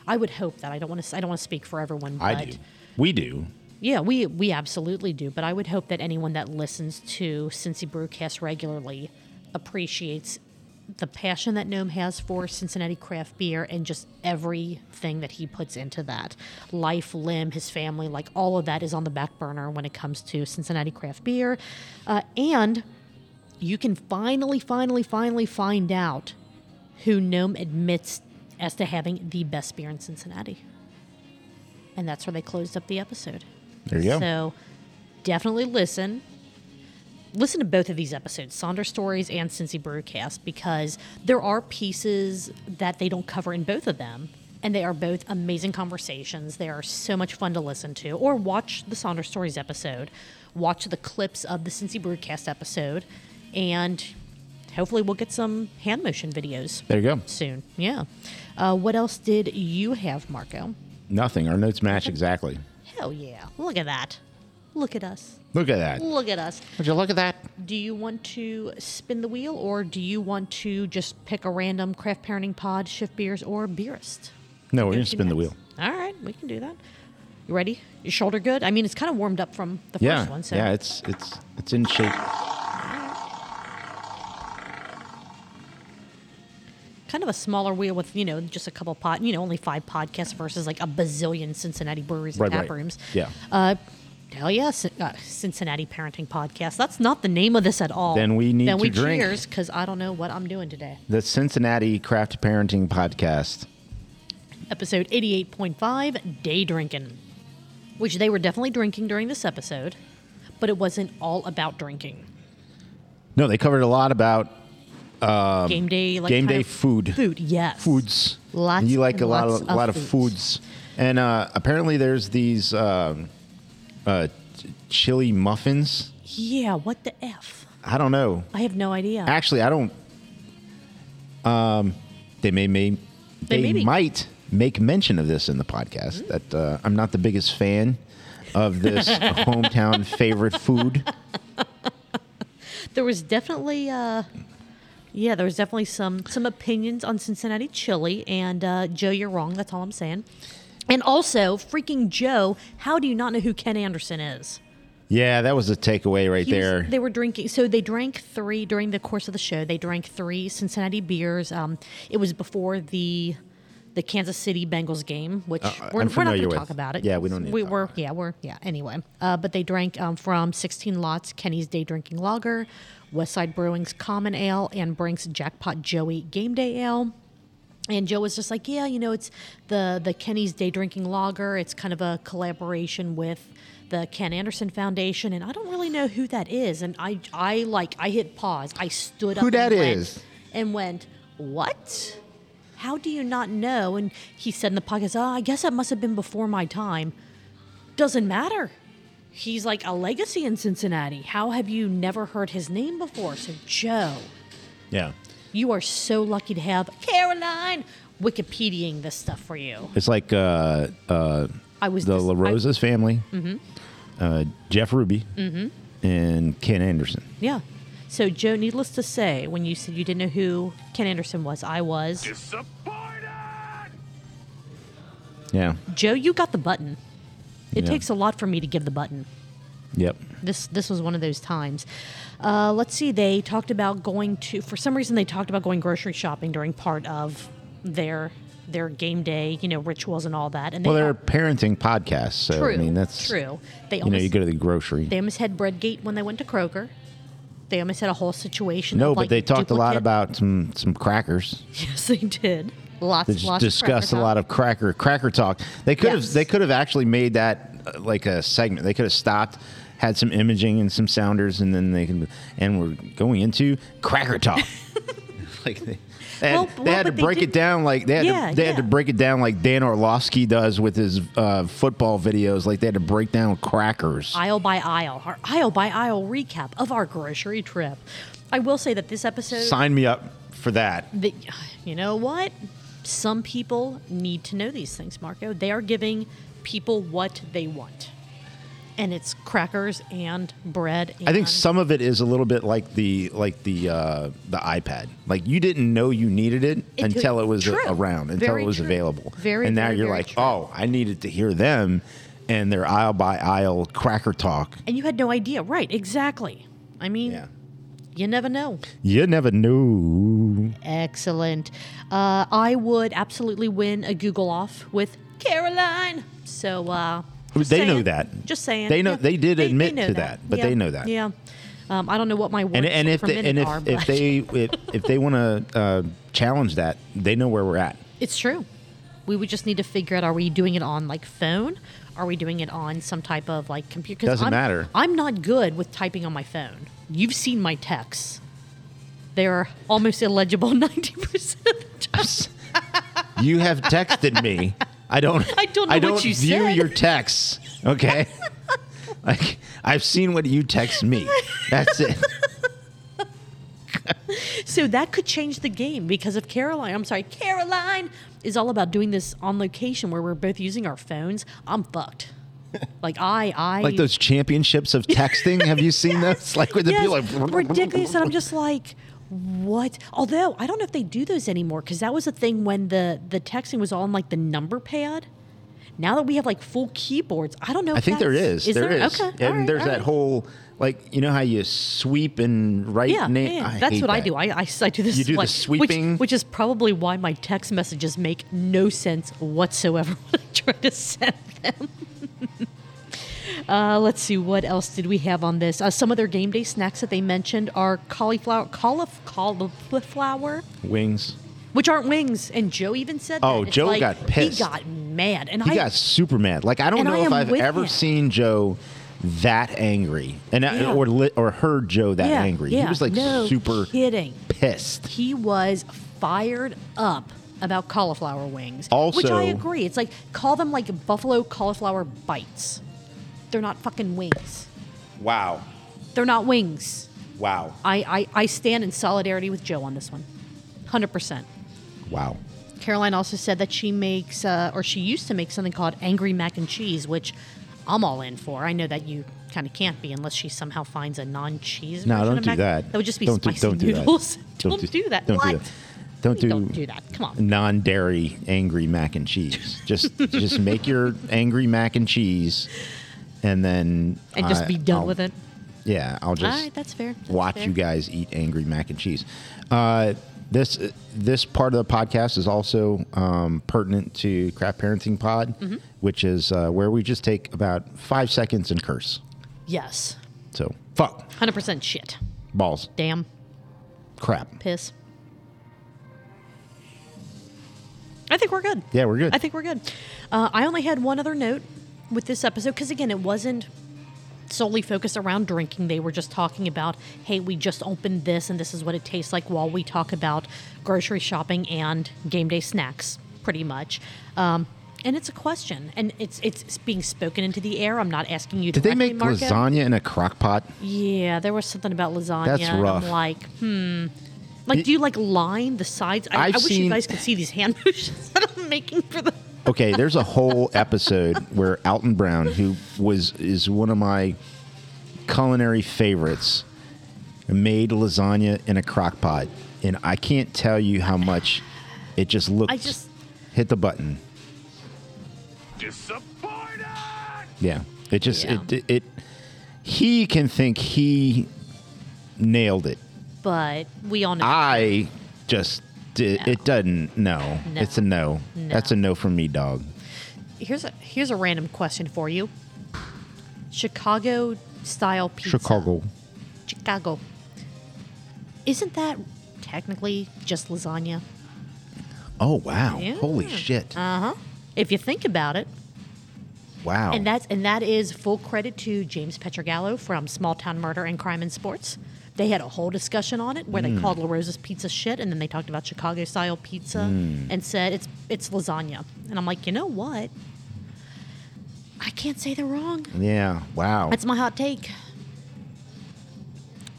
I would hope that I don't want to, I don't want to speak for everyone. But
I do. We do.
yeah, we we absolutely do. But I would hope that anyone that listens to Cincy Brewcast regularly appreciates the passion that Gnome has for Cincinnati craft beer and just everything that he puts into that. Life, limb, his family, like all of that is on the back burner when it comes to Cincinnati craft beer. Uh, and you can finally, finally, finally find out who Gnome admits as to having the best beer in Cincinnati. And that's where they closed up the episode.
There you go.
So definitely listen. Listen to both of these episodes, Sonder Stories and Cincy Brewcast, because there are pieces that they don't cover in both of them. And they are both amazing conversations. They are so much fun to listen to. Or watch the Sonder Stories episode, watch the clips of the Cincy Brewcast episode, and hopefully we'll get some hand motion videos
There you go.
soon. Yeah. Uh, what else did you have, Marco?
Nothing. Our notes match exactly.
Hell yeah. Look at that. Look at us.
Look at that.
Look at us.
Would you look at that?
Do you want to spin the wheel or do you want to just pick a random craft parenting pod, shift beers, or beerist?
No, we're going
Go
to
to
spin the
next.
wheel.
All right, we can do that. You ready? Your shoulder good? I mean, it's kind of warmed up from the
Yeah.
first one, so
Yeah, it's it's it's in shape.
kind of a smaller wheel with, you know, just a couple pod, you know, only five podcasts versus like a bazillion Cincinnati breweries and
Right,
tap
right.
rooms.
Yeah.
Uh, hell yeah, Cin- uh, Cincinnati Parenting Podcast. That's not the name of this at all.
Then we need
then
to
we
drink.
cheers because I don't know what I'm doing today.
The Cincinnati Craft Parenting Podcast.
Episode 88.5, Day Drinking, which they were definitely drinking during this episode, but it wasn't all about drinking.
No, they covered a lot about
game day, like
Um, game
kind
day
of
food.
Food, yes.
foods.
Lots
you like a
and
lot
lots
of, lot of
of
foods. And uh, apparently there's these um, uh, t- chili muffins.
Yeah, what the F?
I don't know.
I have no idea.
Actually, I don't. Um, they may may
They
they,
maybe-
might make mention of this in the podcast. That uh, I'm not the biggest fan of this hometown favorite food.
There was definitely, uh, yeah, there was definitely some some opinions on Cincinnati chili, and uh, Joe, you're wrong. That's all I'm saying. And also, freaking Joe, how do you not know who Ken Anderson is?
Yeah, that was a takeaway right
He was-
there.
they were drinking. So they drank three during the course of the show. They drank three Cincinnati beers. Um, it was before the the Kansas City Bengals game, which
Uh,
we're,
I'm
we're not going
familiar
to
with.
talk about it.
Yeah, we don't need to
We
talk
were,
about
yeah, we're, yeah. Anyway, uh, but they drank um, from 16 Lots, Kenny's Day Drinking Lager, Westside Brewing's Common Ale, and Brink's Jackpot Joey Game Day Ale. And Joe was just like, yeah, you know, it's the the Kenny's Day Drinking Lager. It's kind of a collaboration with the Ken Anderson Foundation, and I don't really know who that is. And I, I like, I hit pause. I stood up.
Who that
and went-
is?
And went, what? How do you not know? And he said in the podcast, oh, I guess that must have been before my time. Doesn't matter. He's like a legacy in Cincinnati. How have you never heard his name before? So Joe.
Yeah.
You are so lucky to have Caroline Wikipediaing this stuff for you.
It's like uh, uh,
I was
the
dis-
La
I- Mm-hmm.
Rosa's family, uh, Jeff Ruby, and Ken Anderson.
yeah. So Joe, needless to say, when you said you didn't know who Ken Anderson was, I was.
Disappointed!
Yeah.
Joe, you got the button. It
Yeah.
takes a lot for me to give the button.
Yep.
This this was one of those times. Uh, let's see. They talked about going to. For some reason, they talked about going grocery shopping during part of their their game day, you know, rituals and all that. And
Well,
they
they're a parenting podcasts, so
true.
I mean that's
true. They
You know,
almost-
you go to the grocery.
They almost had Breadgate when they went to Kroger. They almost had a whole situation.
no,
of,
but
like,
they talked a lot
duplicate-
about some some crackers.
Yes, they did. Lots,
They just
lots of
discussed a
cracker
lot
talk.
of cracker cracker talk. They could
Yes.
have they could have actually made that uh, like a segment. They could have stopped, had some imaging and some sounders, and then they can and we're going into cracker talk. like they, they had,
Well,
they
well,
had to
but they
break it
did-
down like they had
Yeah,
to, they had to
yeah.
break it down like Dan Orlovsky does with his uh, football videos. Like they had to break down crackers.
aisle by aisle, our aisle by aisle recap of our grocery trip. I will say that this episode,
Sign me up for that.
the, you know what? Some people need to know these things, Marco. They are giving people what they want, and it's crackers and bread. And
I think some of it is a little bit like the like the uh, the iPad. Like you didn't know you needed it,
Until-
until it was
true.
around, until
Very
it was
true.
available.
Very,
and now
very,
you're
very
like,
true.
oh, I needed to hear them and their aisle by aisle cracker talk.
and you had no idea, right? Exactly. I mean,
Yeah,
you never know.
you never knew.
Excellent. Uh, I would absolutely win a Google off with Caroline. So uh, just
They know
saying.
that.
Just saying.
They know- they did admit
know
to that, but they know that.
Yeah. Um, I don't know what my words
And and if
per
they,
minute
and if,
are,
if
but
they if, if they want to uh, challenge that, they know where we're at.
it's true. We would just need to figure out: Are we doing it on like phone? Are we doing it on some type of like computer? 'Cause
Doesn't
I'm-
matter.
I'm not good with typing on my phone. You've seen my texts; they're almost illegible ninety percent of the time.
you have texted me. I don't.
I don't know
I
what
don't
you
view
said.
your texts. Okay. like I've seen what you text me. That's it.
So that could change the game because if Caroline, I'm sorry, Caroline is all about doing this on location where we're both using our phones, I'm fucked. Like I, I
Like those championships of texting. Have you seen those? Like with the
yes,
people like
ridiculous, and I'm just like, what? Although I don't know if they do those anymore because that was a thing when the the texting was all on like the number pad. Now that we have like full keyboards, I don't know.
I
if
think there
that's-
is. there is.
Okay, all
And
right,
there's
all
that
right.
whole like you know how you sweep and write
Yeah,
name.
yeah,
I
that's
hate
what I
that.
do. I, I, I do this.
You do the
like- which-
sweeping.
which, is probably why my text messages make no sense whatsoever when I try to send them. uh, let's see, what else did we have on this? Uh, some of their game day snacks that they mentioned are cauliflower, caulif- cauliflower,
Wings.
which aren't wings. And Joe even said,
Oh,
that. It's
Joe
like,
got pissed.
He got mad, and
He
I
got super mad. Like I don't
And I
know if
am
I've
with
ever
him.
seen Joe that angry, and I-
Yeah.
or li- or heard Joe that
yeah,
angry.
Yeah,
He was like
no
super
kidding.
pissed.
he was fired up about cauliflower wings. which
Also-
I agree. It's like call them like buffalo cauliflower bites. They're not fucking wings.
Wow,
They're not wings.
wow,
I I, I stand in solidarity with Joe on this one, hundred percent.
wow.
Caroline also said that she makes uh, or she used to make something called angry mac and cheese, which I'm all in for. I know that you kind of can't be unless she somehow finds a non-cheese.
No,
version
don't
of
do
mac-
that.
That would just be
Don't do-
spicy
don't do that.
noodles.
Don't
Don't,
do-
do that.
don't do
what?
that. Don't
Please
do-
Don't do that. Come on.
Non-dairy angry mac and cheese. Just just make your angry mac and cheese, and then
and just
I-
be done
I'll-
with it.
Yeah, I'll
All
just
right, that's fair. That's
watch
fair.
you guys eat angry mac and cheese. Uh, This this part of the podcast is also um, pertinent to Craft Parenting Pod,
Mm-hmm.
which is uh, where we just take about five seconds and curse.
Yes.
So fuck
100% shit.
balls
Damn.
crap.
Piss. I think we're good.
Yeah, we're good.
I think we're good. Uh, I only had one other note with this episode because, again, it wasn't solely focused around drinking. They were just talking about, hey, we just opened this and this is what it tastes like while we talk about grocery shopping and game day snacks, pretty much. Um, and it's a question, and it's it's being spoken into the air. I'm not asking you.
Did they
directly,
make
Marco.
lasagna in a crock pot?
Yeah, there was something about lasagna.
That's
and
rough.
I'm like, hmm. Like, do you like line the sides? I, I
I've
wish
seen-
you guys could see these hand motions that I'm making for the.
Okay, there's a whole episode where Alton Brown, who was is one of my culinary favorites, made lasagna in a crock pot, and I can't tell you how much it just looked.
I just-
hit the button.
Disappointed!
Yeah, it just
Yeah.
It, it it he can think he nailed it.
But we all know.
Ah. I just did,
No.
it doesn't. No.
No.
it's a no.
No.
That's a no from me, dog.
here's a here's a random question for you. Chicago style pizza.
Chicago.
Chicago. Isn't that technically just lasagna?
Oh wow!
Yeah. Uh,
Holy shit!
If you think about it,
wow.
And that's and that is full credit to James Petrogallo from Small Town Murder and Crime and Sports. They had a whole discussion on it where they called La Rosa's pizza shit, and then they talked about Chicago style pizza and said it's it's lasagna. And I'm like, you know what? I can't say they're wrong.
yeah. Wow.
That's my hot take.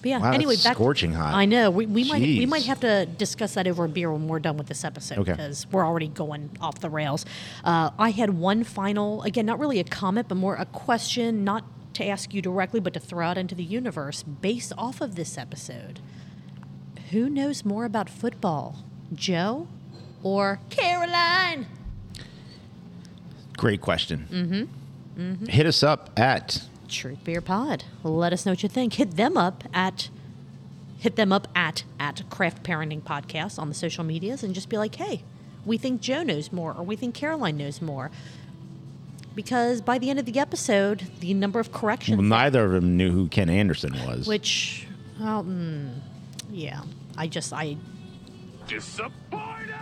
But yeah.
Wow, that's
anyway, back
scorching hot.
I know. We, we might we
Jeez.
might have to discuss that over a beer when we're done with this episode
Okay.
because we're already going off the rails. Uh, I had one final, again, not really a comment, but more a question, not to ask you directly, but to throw out into the universe based off of this episode. Who knows more about football, Joe or Caroline?
Great question. Mm-hmm. Hit us up at
Truth Beer Pod. Let us know what you think. Hit them up at hit them up at at Craft Parenting Podcast on the social medias and just be like, hey, we think Joe knows more or we think Caroline knows more. Because by the end of the episode, the number of corrections
well, neither of them knew who Ken Anderson was.
which well, mm, yeah. I just I
Disappointed!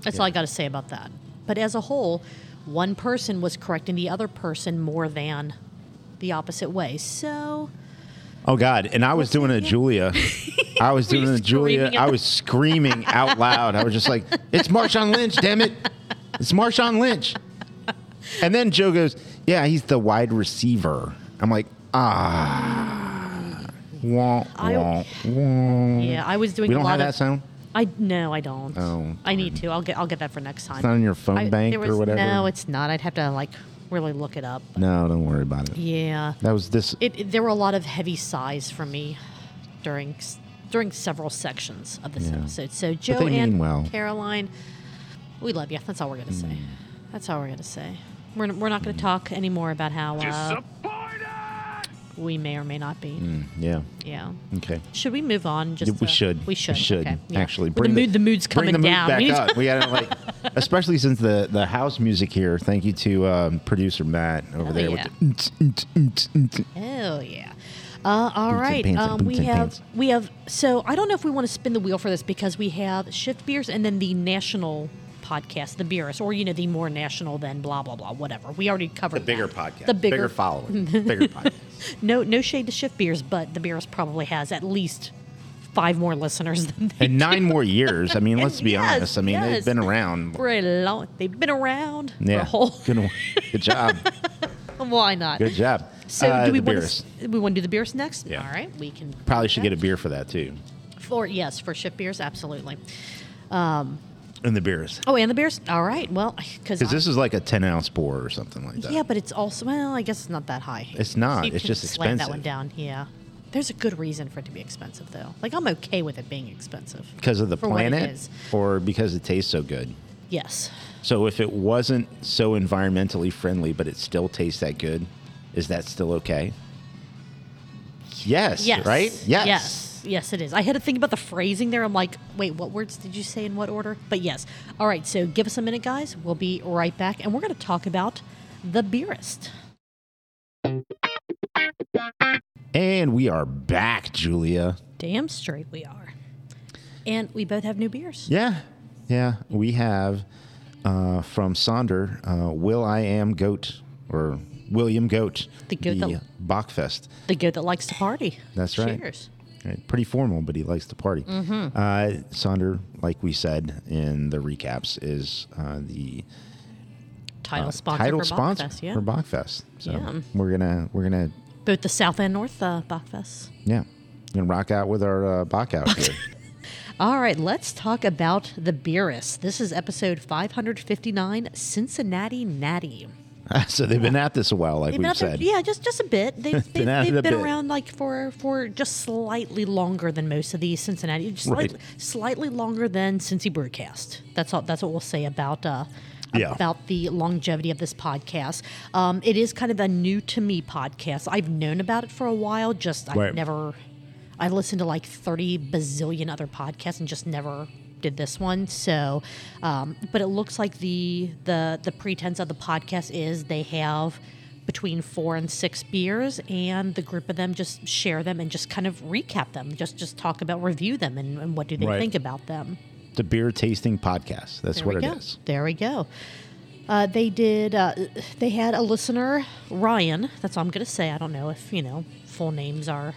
That's all I got to say about that. But as a whole, one person was correcting the other person more than the opposite way. So
oh God! And I was doing a Julia. I was
Were you
doing a Julia.
screaming at
I
the-
was screaming out loud. I was just like, "It's Marshawn Lynch! Damn it! It's Marshawn Lynch!" And then Joe goes, "Yeah, he's the wide receiver." I'm like, "Ah." Wah,
I-
wah, wah.
yeah, I was doing
We
a
don't
lot
have
of
that sound.
I no, I don't.
Oh,
I need to. I'll get. I'll get that for next time.
It's not in your phone
I-
bank
there
or whatever?
No, it's not. I'd have to like really look it up.
No, don't worry about it.
Yeah,
That was this.
it, it- There were a lot of heavy sighs from me during s- during several sections of this episode. So Joe
they mean
and
well. Mm.
Caroline, we love you. That's all we're gonna say. That's all we're gonna say. We're, n- we're not gonna talk anymore about how uh,
Disappointed!
we may or may not be.
yeah.
Yeah.
Okay.
Should we move on? Just
we
to-
should.
We should.
We should
okay, yeah.
actually
Well, the, mood. The mood's coming
bring the mood
down. We need
Back
to-
up. We gotta like, especially since the the house music here. Thank you to um, producer Matt over
Oh,
there.
yeah.
With the, mm, mm, mm, mm.
Oh yeah. Uh, all
Boots and
right.
pants and
Um, we
boots and
have
pants.
we have. So I don't know if we want to spin the wheel for this because we have shift beers and then the national podcast, the beerus, or you know the more national than blah blah blah whatever. We already covered
the bigger
that.
podcast,
The bigger,
following, bigger podcast.
No no shade to shift beers, but the beerus probably has at least five more listeners than they
And nine more years. I mean, let's be
Yes,
honest. I mean,
yes.
they've been around.
for a long. They've been around for a
Yeah.
whole.
Good, good job.
Why not?
Good job.
So
Uh,
do we
the
want
beers.
to we want to do the beerus next?
Yeah.
All right, we can
Probably should get a beer for that too.
for yes for shift beers absolutely. Um,
And the beers.
Oh, and the beers. All right. Well, because
Because this is like a 10 ounce pour or something like that.
yeah, but it's also well, I guess it's not that high.
It's not.
you
It's
can
just
slam That one
expensive.
down. Yeah. There's a good reason for it to be expensive, though. Like I'm okay with it being expensive.
Because of the
for what it
planet
is.
or because it tastes so good?
Yes.
So if it wasn't so environmentally friendly, but it still tastes that good, is that still okay? Yes.
Yes.
Right? Yes.
Yes. Yes, yes, it is. I had to think about the phrasing there. I'm like, wait, what words did you say in what order? But yes. All right, so give us a minute, guys. We'll be right back, and we're going to talk about the beerist.
And we are back, Julia.
Damn straight we are. And we both have new beers.
Yeah, yeah. We have uh, from Sonder, uh, Will I Am Goat or William Goat,
The goat that-
Bachfest.
The goat that likes to party.
That's right.
Cheers.
Right, Pretty formal, but he likes to party.
Mm-hmm.
Uh, Sonder, like we said in the recaps, is uh, the
Title
uh,
sponsor
title
for
sponsor
Bachfest, yeah.
for Bachfest. So
Yeah.
we're gonna we're gonna
both the South and North uh, Bachfest.
yeah gonna rock out with our uh, Bach out here.
All right, let's talk about the beerist. This is episode 559, Cincinnati Natty.
so they've been at this a while, like we've
They've been out there-
said.
yeah, just just a bit. They, have
Been
been,
at it
they've
a
been
bit.
around like for for just slightly longer than most of the Cincinnati, just
Right.
slightly, slightly longer than Cincy Brewcast. That's all. That's what we'll say about. Uh,
Yeah.
About the longevity of this podcast, um, it is kind of a new to me podcast. I've known about it for a while, just I
Right.
have never. I listened to like thirty bazillion other podcasts and just never did this one. So, um, but it looks like the the the pretense of the podcast is they have between four and six beers, and the group of them just share them and just kind of recap them, just just talk about review them and, and what do they
Right.
think about them.
The beer tasting podcast. That's
There
what
we
it is.
go. There we go. Uh, they did. Uh, they had a listener, Ryan. That's all I'm going to say. I don't know if you know full names are.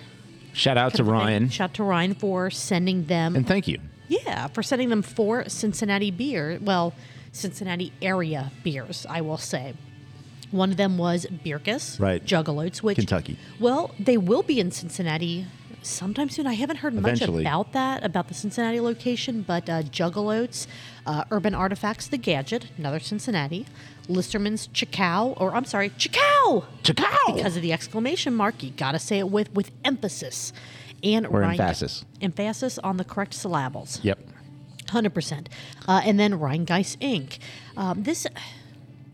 Shout out to Ryan
Shout out to Ryan for sending them.
and thank you.
yeah, for sending them four Cincinnati beer. Well, Cincinnati area beers, I will say. One of them was Birkus,
Right.
Juggalotes, which
Kentucky.
Well, they will be in Cincinnati sometime soon. I haven't heard
Eventually.
much about that about the Cincinnati location, but uh, Juggalotes, uh, Urban Artifacts, The Gadget, another Cincinnati, Listerman's Chicao, or I'm sorry, Chicao,
Chicao!
because of the exclamation mark. You gotta say it with with emphasis, and
Or
Ryan-
emphasis.
emphasis on the correct syllables.
Yep.
Hundred percent, uh, and then Rheingeist Inc. Um, this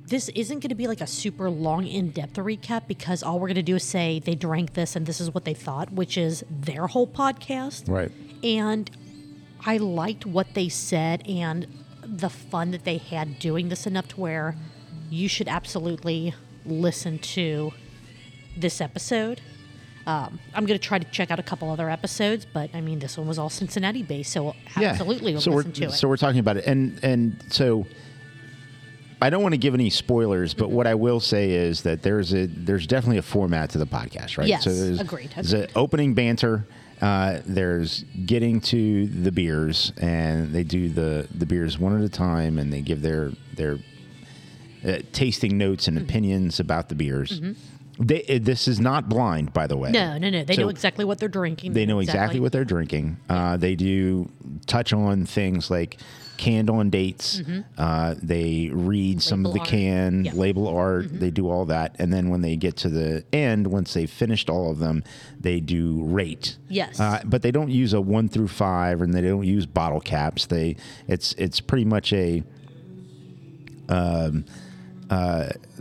this isn't going to be like a super long in depth recap because all we're going to do is say they drank this and this is what they thought, which is their whole podcast.
Right.
And I liked what they said and the fun that they had doing this enough to where you should absolutely listen to this episode. Um, I'm going to try to check out a couple other episodes, but I mean, this one was all Cincinnati based, so absolutely
So we're
listen to it.
so we're talking about it, and and so I don't want to give any spoilers, but what I will say is that there's a there's definitely a format to the podcast, right?
Yes,
so there's,
agreed,
There's a opening banter. Uh, there's getting to the beers, and they do the the beers one at a time, and they give their their uh, tasting notes and
Mm-hmm.
opinions about the beers. They, uh, this is not blind, by the way.
no, no, no. They
So-
know exactly what they're drinking.
they know exactly, what they're drinking. Uh, they do touch on things like canned on dates. Uh, they read some of
Mm-hmm. Label
the
art.
can,
Yeah. Mm-hmm.
label art. They do all that, and then when they get to the end, once they've finished all of them, they do rate.
Yes.
uh, but they don't use a one through five, and they don't use bottle caps. They it's it's pretty much a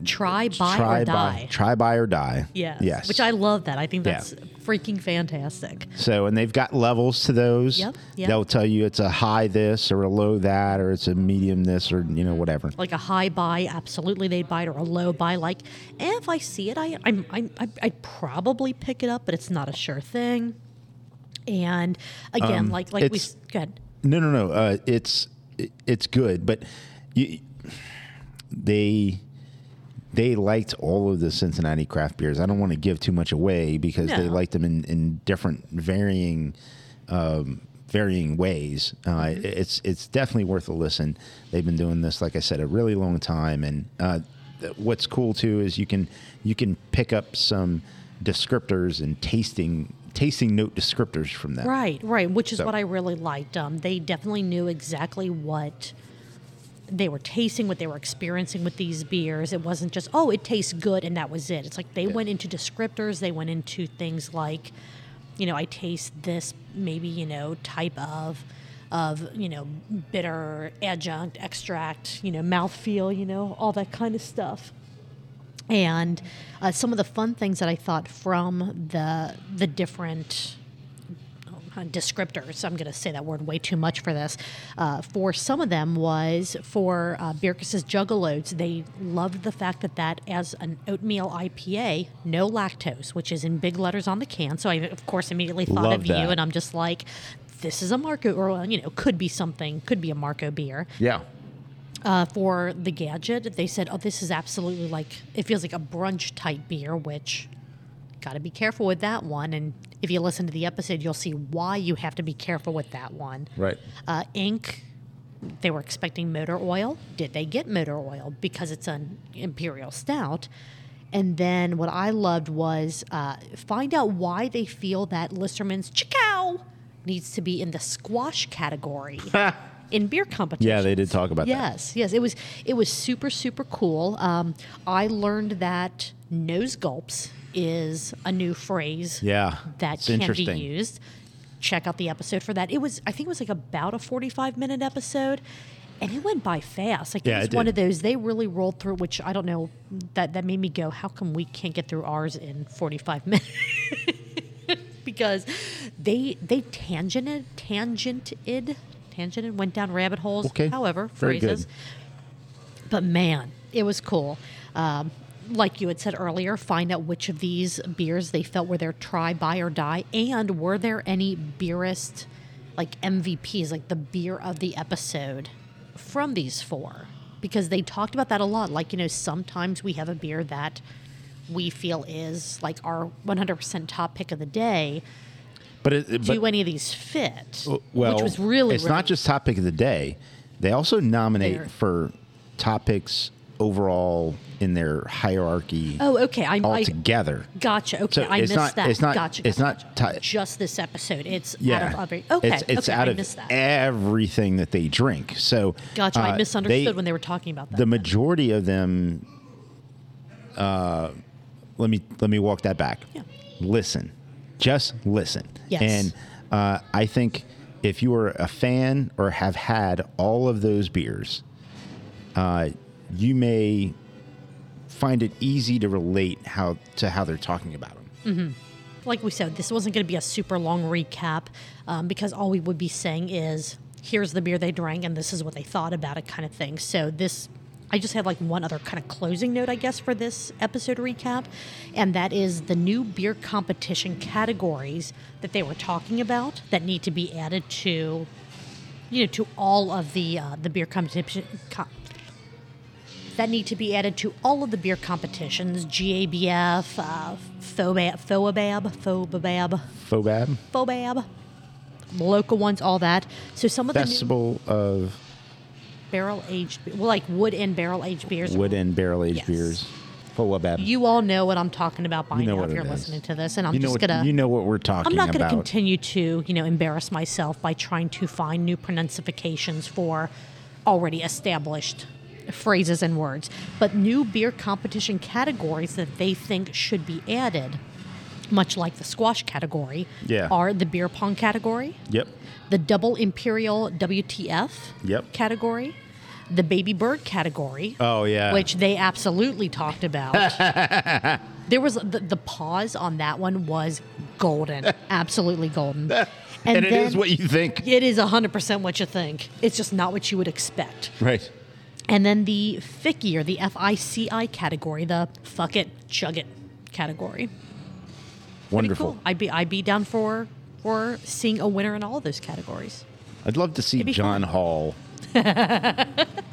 try, buy,
try
or die.
buy, try buy or die.
Yes.
yes,
Which I love that. I think
Yeah.
that's freaking fantastic.
So, and they've got levels to those.
Yep, yep.
They'll tell you it's a high this or a low that or it's a medium this or, you know, whatever.
Like a high buy, absolutely they buy it, or a low buy. Like, eh, if I see it, I, I'm, I'm, I- I'd probably pick it up, but it's not a sure thing. And again, like, like we
it's-
s- good.
No, no, no. Uh, it's it- it's good, but you, they they liked all of the Cincinnati craft beers. I don't want to give too much away because they
No.
liked them in, in different varying um, varying ways. Uh,
Mm-hmm.
It's it's definitely worth a listen. They've been doing this, like I said, a really long time, and uh, th- what's cool too is you can you can pick up some descriptors and tasting tasting note descriptors from them.
Right, right, which is
So-
what I really liked. Um, they definitely knew exactly what they were tasting, what they were experiencing with these beers. It wasn't just, oh, it tastes good and that was it. It's like they went into descriptors, they went into things like, you know, I taste this maybe, you know, type of of, you know, bitter adjunct, extract, you know, mouthfeel, you know, all that kind of stuff and uh, some of the fun things that I thought from the the different. uh, descriptors. I'm going to say that word way too much for this. Uh, for some of them was for uh, Birkus's Juggalos. They loved the fact that that as an oatmeal IPA, no lactose, which is in big letters on the can. So I of course immediately thought
Love
of
that.
you, and I'm just like. This is a Marco, or well, you know, could be something, could be a Marco beer
Yeah.
uh, for the gadget, they said, "Oh, this is absolutely like it feels like a brunch type beer." Which, got to be careful with that one. And if you listen to the episode, you'll see why you have to be careful with that one.
Right.
Uh, ink. They were expecting motor oil. Did they get motor oil because it's an imperial stout? And then what I loved was uh, find out why they feel that Listerman's Chickow needs to be in the squash category in beer competition.
Yeah, they did talk about that.
Yes, yes, it was it was super super cool. Um, I learned that nose gulps is a new phrase.
Yeah.
that
It's
can be
interesting.
used. Check out the episode for that. It was I think it was like about a forty five minute episode. And it went by fast. Like
Yeah,
it was
it
one
did.
of those they really rolled through, which I don't know that that made me go, how come we can't get through ours in forty five minutes? because they they tangented tangented tangented went down rabbit holes.
Okay.
However,
Very good.
phrases. But man, it was cool. Um, like you had said earlier, find out which of these beers they felt were their try, buy, or die, and were there any beerist like MVPs, like the beer of the episode from these four? Because they talked about that a lot. Like, you know, sometimes we have a beer that we feel is like our 100% top pick of the day.
But it, it-
Do
but, Uh,
any of these fit?
well,
which was really,
it's
really
not just topic of the day. They also nominate
There.
for topics overall in their hierarchy
Oh, okay. I, I
altogether.
Gotcha. Okay,
So
I
it's
missed
not-
that.
it's not-
gotcha.
it's
gotcha,
not ti-
gotcha. just this episode. It's out of
yeah,
other. Okay,
it's, it's
okay,
out
I
of
missed that.
everything that they drink. So
gotcha.
uh,
I
they-
misunderstood when they were talking about that.
the majority of them uh, let me let me walk that back
Yeah.
listen just listen
Yes.
and uh, i think if you are a fan or have had all of those beers uh, you may find it easy to relate how to how they're talking about them
like we said, this wasn't going to be a super long recap um, because all we would be saying is here's the beer they drank and this is what they thought about it, kind of thing. So this. I just had like one other kind of closing note, I guess, for this episode recap, and that is the new beer competition categories that they were talking about that need to be added to, you know, to all of the uh, the beer competition co- that need to be added to all of the beer competitions GABF, uh, FOBAB, FOABAB, FOBAB,
fobab
FOBAB, local ones, all that. So some of the new
festival of
barrel aged, well, like wood and barrel aged beers.
wood and barrel aged
Yes.
beers fobab
You all know what I'm talking about by
You know
now
what
if you're
it is.
listening to this, and I'm
you know
just
what,
gonna.
you know what we're talking
I'm not going to
about
continue to, you know, embarrass myself by trying to find new pronunciations for already established phrases and words, but new beer competition categories that they think should be added, much like the squash category,
Yeah.
are the beer pong category,
yep
the double imperial WTF
Yep.
category, the baby bird category,
oh yeah
which they absolutely talked about. there was the, the pause on that one was golden, absolutely golden. And,
and it
then-
is what you think
it is 100% what you think. It's just not what you would expect.
Right.
And then the FICI or the F I C I category, the fuck it, chug it category. Pretty
Wonderful.
cool. I'd be I'd be down for for seeing a winner in all of those categories.
I'd love to see
be
John Hall.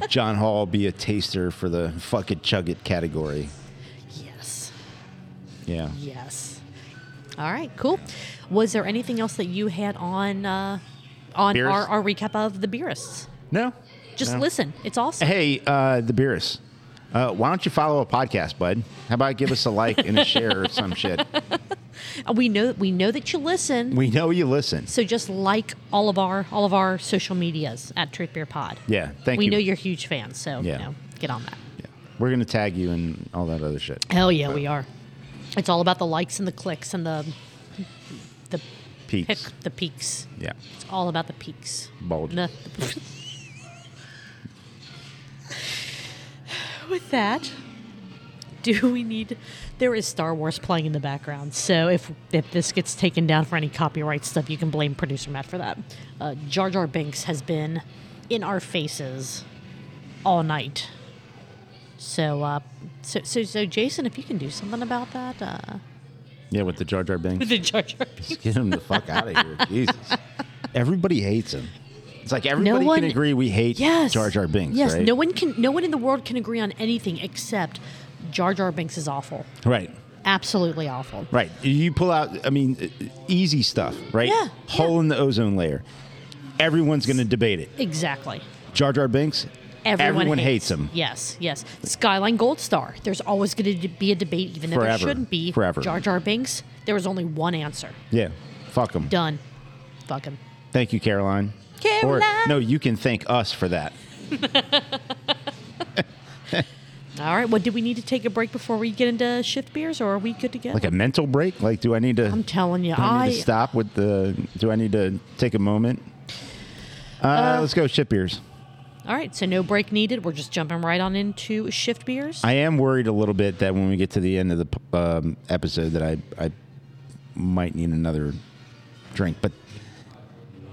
John Hall be a taster for the fuck it chug it category.
Yes.
Yeah.
Yes. All right, cool. Was there anything else that you had on uh, on
Beerist?
our, our recap of the beerists?
No.
Just
No.
listen. It's awesome.
Hey, uh, the Beerus. Uh, why don't you follow a podcast, bud? How about give us a like and a share or some shit?
We know we know that you listen.
We know you listen.
so just like all of our all of our social medias at Truth Beer Pod.
Yeah, thank
we
you.
know you're huge fans, so
Yeah.
you know, get on that.
Yeah. We're gonna tag you and all that other shit.
Hell yeah, we are. It's all about the likes and the clicks and the the pick
Peaks.
the peaks.
Yeah.
It's all about the peaks.
Bulge.
No. With that, do we need? There is Star Wars playing in the background, so if if this gets taken down for any copyright stuff, you can blame producer Matt for that. Uh, Jar Jar Binks has been in our faces all night. So, uh, so, so, so, Jason, if you can do something about that, uh,
Yeah, with the Jar Jar Binks.
the Jar Jar. Binks-
Just get him the fuck out of here. Jesus.
Everybody hates him. It's like everybody
one-
can agree we hate
Yes.
Jar Jar Binks,
Yes.
right?
No one can. No one in the world can agree on anything except Jar Jar Binks is awful.
Right.
Absolutely awful.
Right. You pull out, I mean, e, easy stuff, right?
Yeah,
Hole
yeah.
in the ozone layer. Everyone's going to debate it.
Exactly.
Jar Jar Binks,
Everyone,
hates. him.
Yes, yes. Skyline Gold Star. There's always going to be a debate, even though there
Forever.
shouldn't be.
Forever.
Jar Jar Binks. There was only one answer.
Yeah. Fuck him.
Done. Fuck him.
Thank you, Caroline.
Caroline.
Or, no, you can thank us for that.
All right. Well, do we need to take a break before we get into shift beers, or are we good to go?
Like a mental break? Like, do I need to.
I'm telling you,
do I, need
I-
to stop with the. Do I need to take a moment? Uh, let's go, ship beers.
All right. So no break needed. We're just jumping right on into shift beers.
I am worried a little bit that when we get to the end of the p- um, episode, that I I might need another drink, but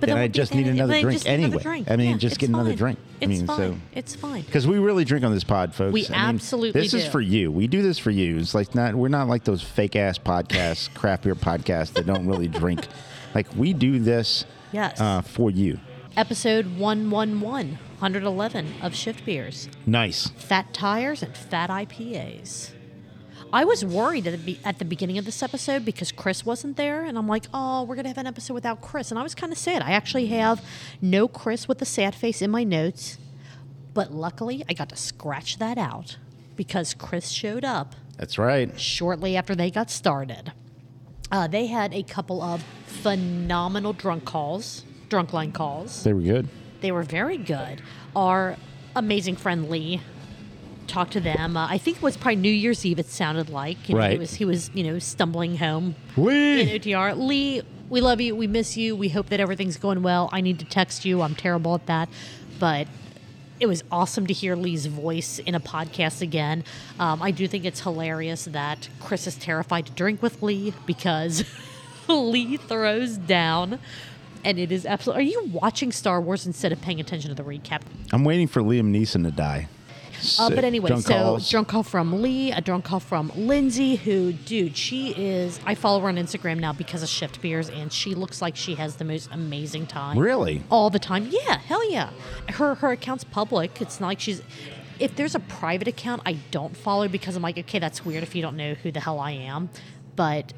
but
then
that
I
would be-
just need
then-
another
then
drink
just another
anyway.
drink.
I mean,
Yeah,
just
it's
get another
fine.
drink. I
It's
mean,
fine.
so-
it's fine.
because we really drink on this pod, folks.
We
I mean,
absolutely
This is
do.
for you. We do this for you. It's like not we're not like those fake ass podcasts, craft beer podcasts that don't really drink. Like we do this
Yes.
uh, for you.
Episode 111, 111 of Shift Beers.
Nice.
fat tires and fat IPAs. I was worried at the, be- at the beginning of this episode because Chris wasn't there, and I'm like, oh, we're going to have an episode without Chris. And I was kind of sad. I actually have no Chris with a sad face in my notes, but luckily I got to scratch that out because Chris showed up
That's right.
shortly after they got started. Uh, they had a couple of phenomenal drunk calls, drunk line calls.
They were good.
They were very good. Our amazing friend Lee talked to them. Uh, I think it was probably New Year's Eve. It sounded like you know, He
Right.
was he was you know stumbling home in
We
OTR. Lee, we love you. We miss you. We hope that everything's going well. I need to text you. I'm terrible at that, but. It was awesome to hear Lee's voice in a podcast again. Um, I do think it's hilarious that Chris is terrified to drink with Lee because Lee throws down, and it is absolutely. Are you watching Star Wars instead of paying attention to the recap?
I'm waiting for Liam Neeson to die.
Uh,
Sick.
but anyway,
Drunk
so
calls.
drunk call from Lee, a drunk call from Lindsay, who, dude, she is. I follow her on Instagram now because of Shift Beers, and she looks like she has the most amazing time.
Really?
All the time. Yeah, hell yeah. Her her account's public. It's not like she's. If there's a private account, I don't follow because I'm like, okay, that's weird if you don't know who the hell I am. But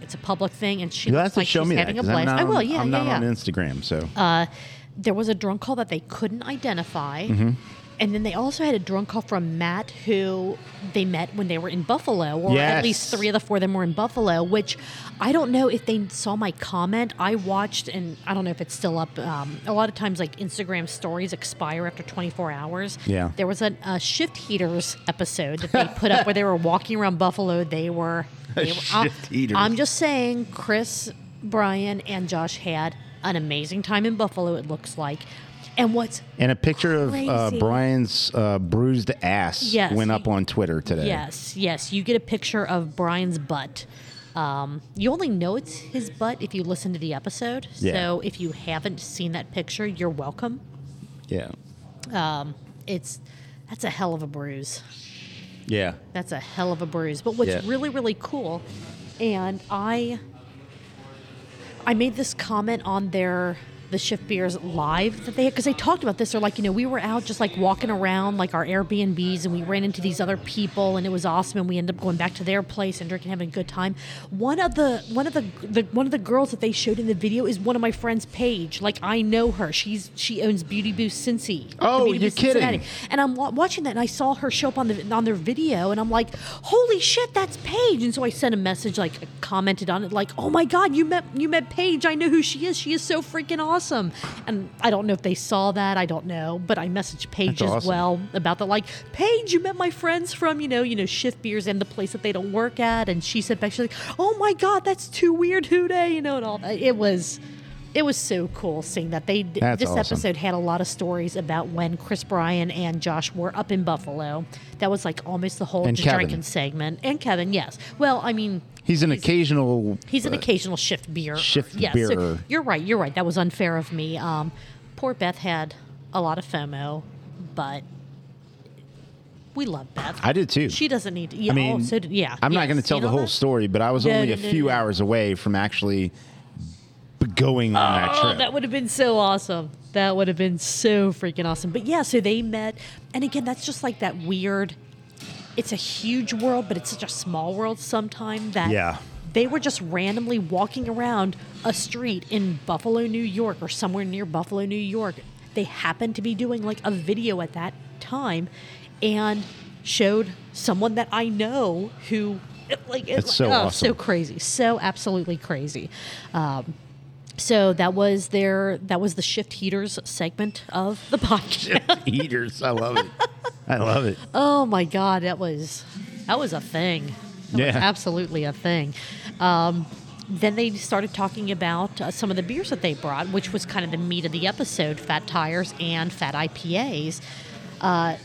it's a public thing, and she
You'll
looks
have to
like
show
she's
me that.
having a
'cause I'm
blast.
not
I will.
on-
Yeah,
I'm
yeah,
not
yeah
on Instagram, so
uh, there was a drunk call that they couldn't identify.
Mm-hmm.
And then they also had a drunk call from Matt, who they met when they were in Buffalo, or at least
Yes.
three of the four of them were in Buffalo, which I don't know if they saw my comment. I watched, and I don't know if it's still up. Um, a lot of times, like Instagram stories expire after 24 hours.
Yeah.
There was a uh, Shift Heaters episode that they put up where they were walking around Buffalo. They were. They were I'm-
Shift Heaters.
I'm just saying, Chris, Brian, and Josh had an amazing time in Buffalo, it looks like. And what's
And a picture of uh,
Crazy.
Brian's uh, bruised ass
Yes.
went up on Twitter today.
yes, yes, you get a picture of Brian's butt. Um, you only know it's his butt if you listen to the episode.
Yeah.
So if you haven't seen that picture, you're welcome.
Yeah.
It's that's a hell of a bruise.
Yeah.
That's a hell of a bruise. But what's
Yeah.
really, really cool, and I I made this comment on their the shift beers live that they had because they talked about this. They're like, you know, we were out just like walking around like our Airbnbs and we ran into these other people and it was awesome and we ended up going back to their place and drinking having a good time. One of the one of the, the one of the girls that they showed in the video is one of my friends, Paige. Like I know her. She's she owns Beauty Boo Cincy.
Oh,
the Beauty Boo
you're kidding.
Cincinnati. And I'm wa- watching that, and I saw her show up on the on their video, and I'm like, "Holy shit, that's Paige!" And so I sent a message, like commented on it, like, "Oh my god, you met you met Paige. I know who she is. She is so freaking awesome." And I don't know if they saw that. I don't know, but I messaged Paige
That's
as
awesome.
well about the like, "Paige, you met my friends from you know you know shift beers and the place that they don't work at," and she said back, "She's like, oh my god, that's too weird, who day?" You know, and all that. It was. it was so cool seeing that they
That's
this
awesome.
episode had a lot of stories about when Chris Bryan and Josh were up in Buffalo. That was like almost the whole
And
just
Kevin.
drinking segment. And Kevin, yes. Well, I mean,
He's an occasional.
he's an occasional shift beer.
shift
yes,
beer.
So you're right. You're right. That was unfair of me. Um, poor Beth had a lot of FOMO, but we love Beth.
I did too.
She doesn't need to. Yeah,
I mean,
oh, so did, yeah.
I'm not
yes.
going to tell
You
the
know
whole
that?
story, but I was
No,
only a
no, no,
few
no.
hours away from actually b- going on that
Oh,
trip.
that would have been so awesome. That would have been so freaking awesome. But yeah, so they met. And again, that's just like that weird. It's a huge world, but it's such a small world sometime that
Yeah.
they were just randomly walking around a street in Buffalo, New York, or somewhere near Buffalo, New York. They happened to be doing like a video at that time and showed someone that I know who. Like
That's so
oh,
awesome.
so crazy, so absolutely crazy. Um, so that was their that was the shift heaters segment of the podcast.
Eaters, I love it. I love it.
oh my god, that was that was a thing. That was
Yeah.
absolutely a thing. Um, then they started talking about uh, some of the beers that they brought, which was kind of the meat of the episode: fat tires and fat IPAs. Uh,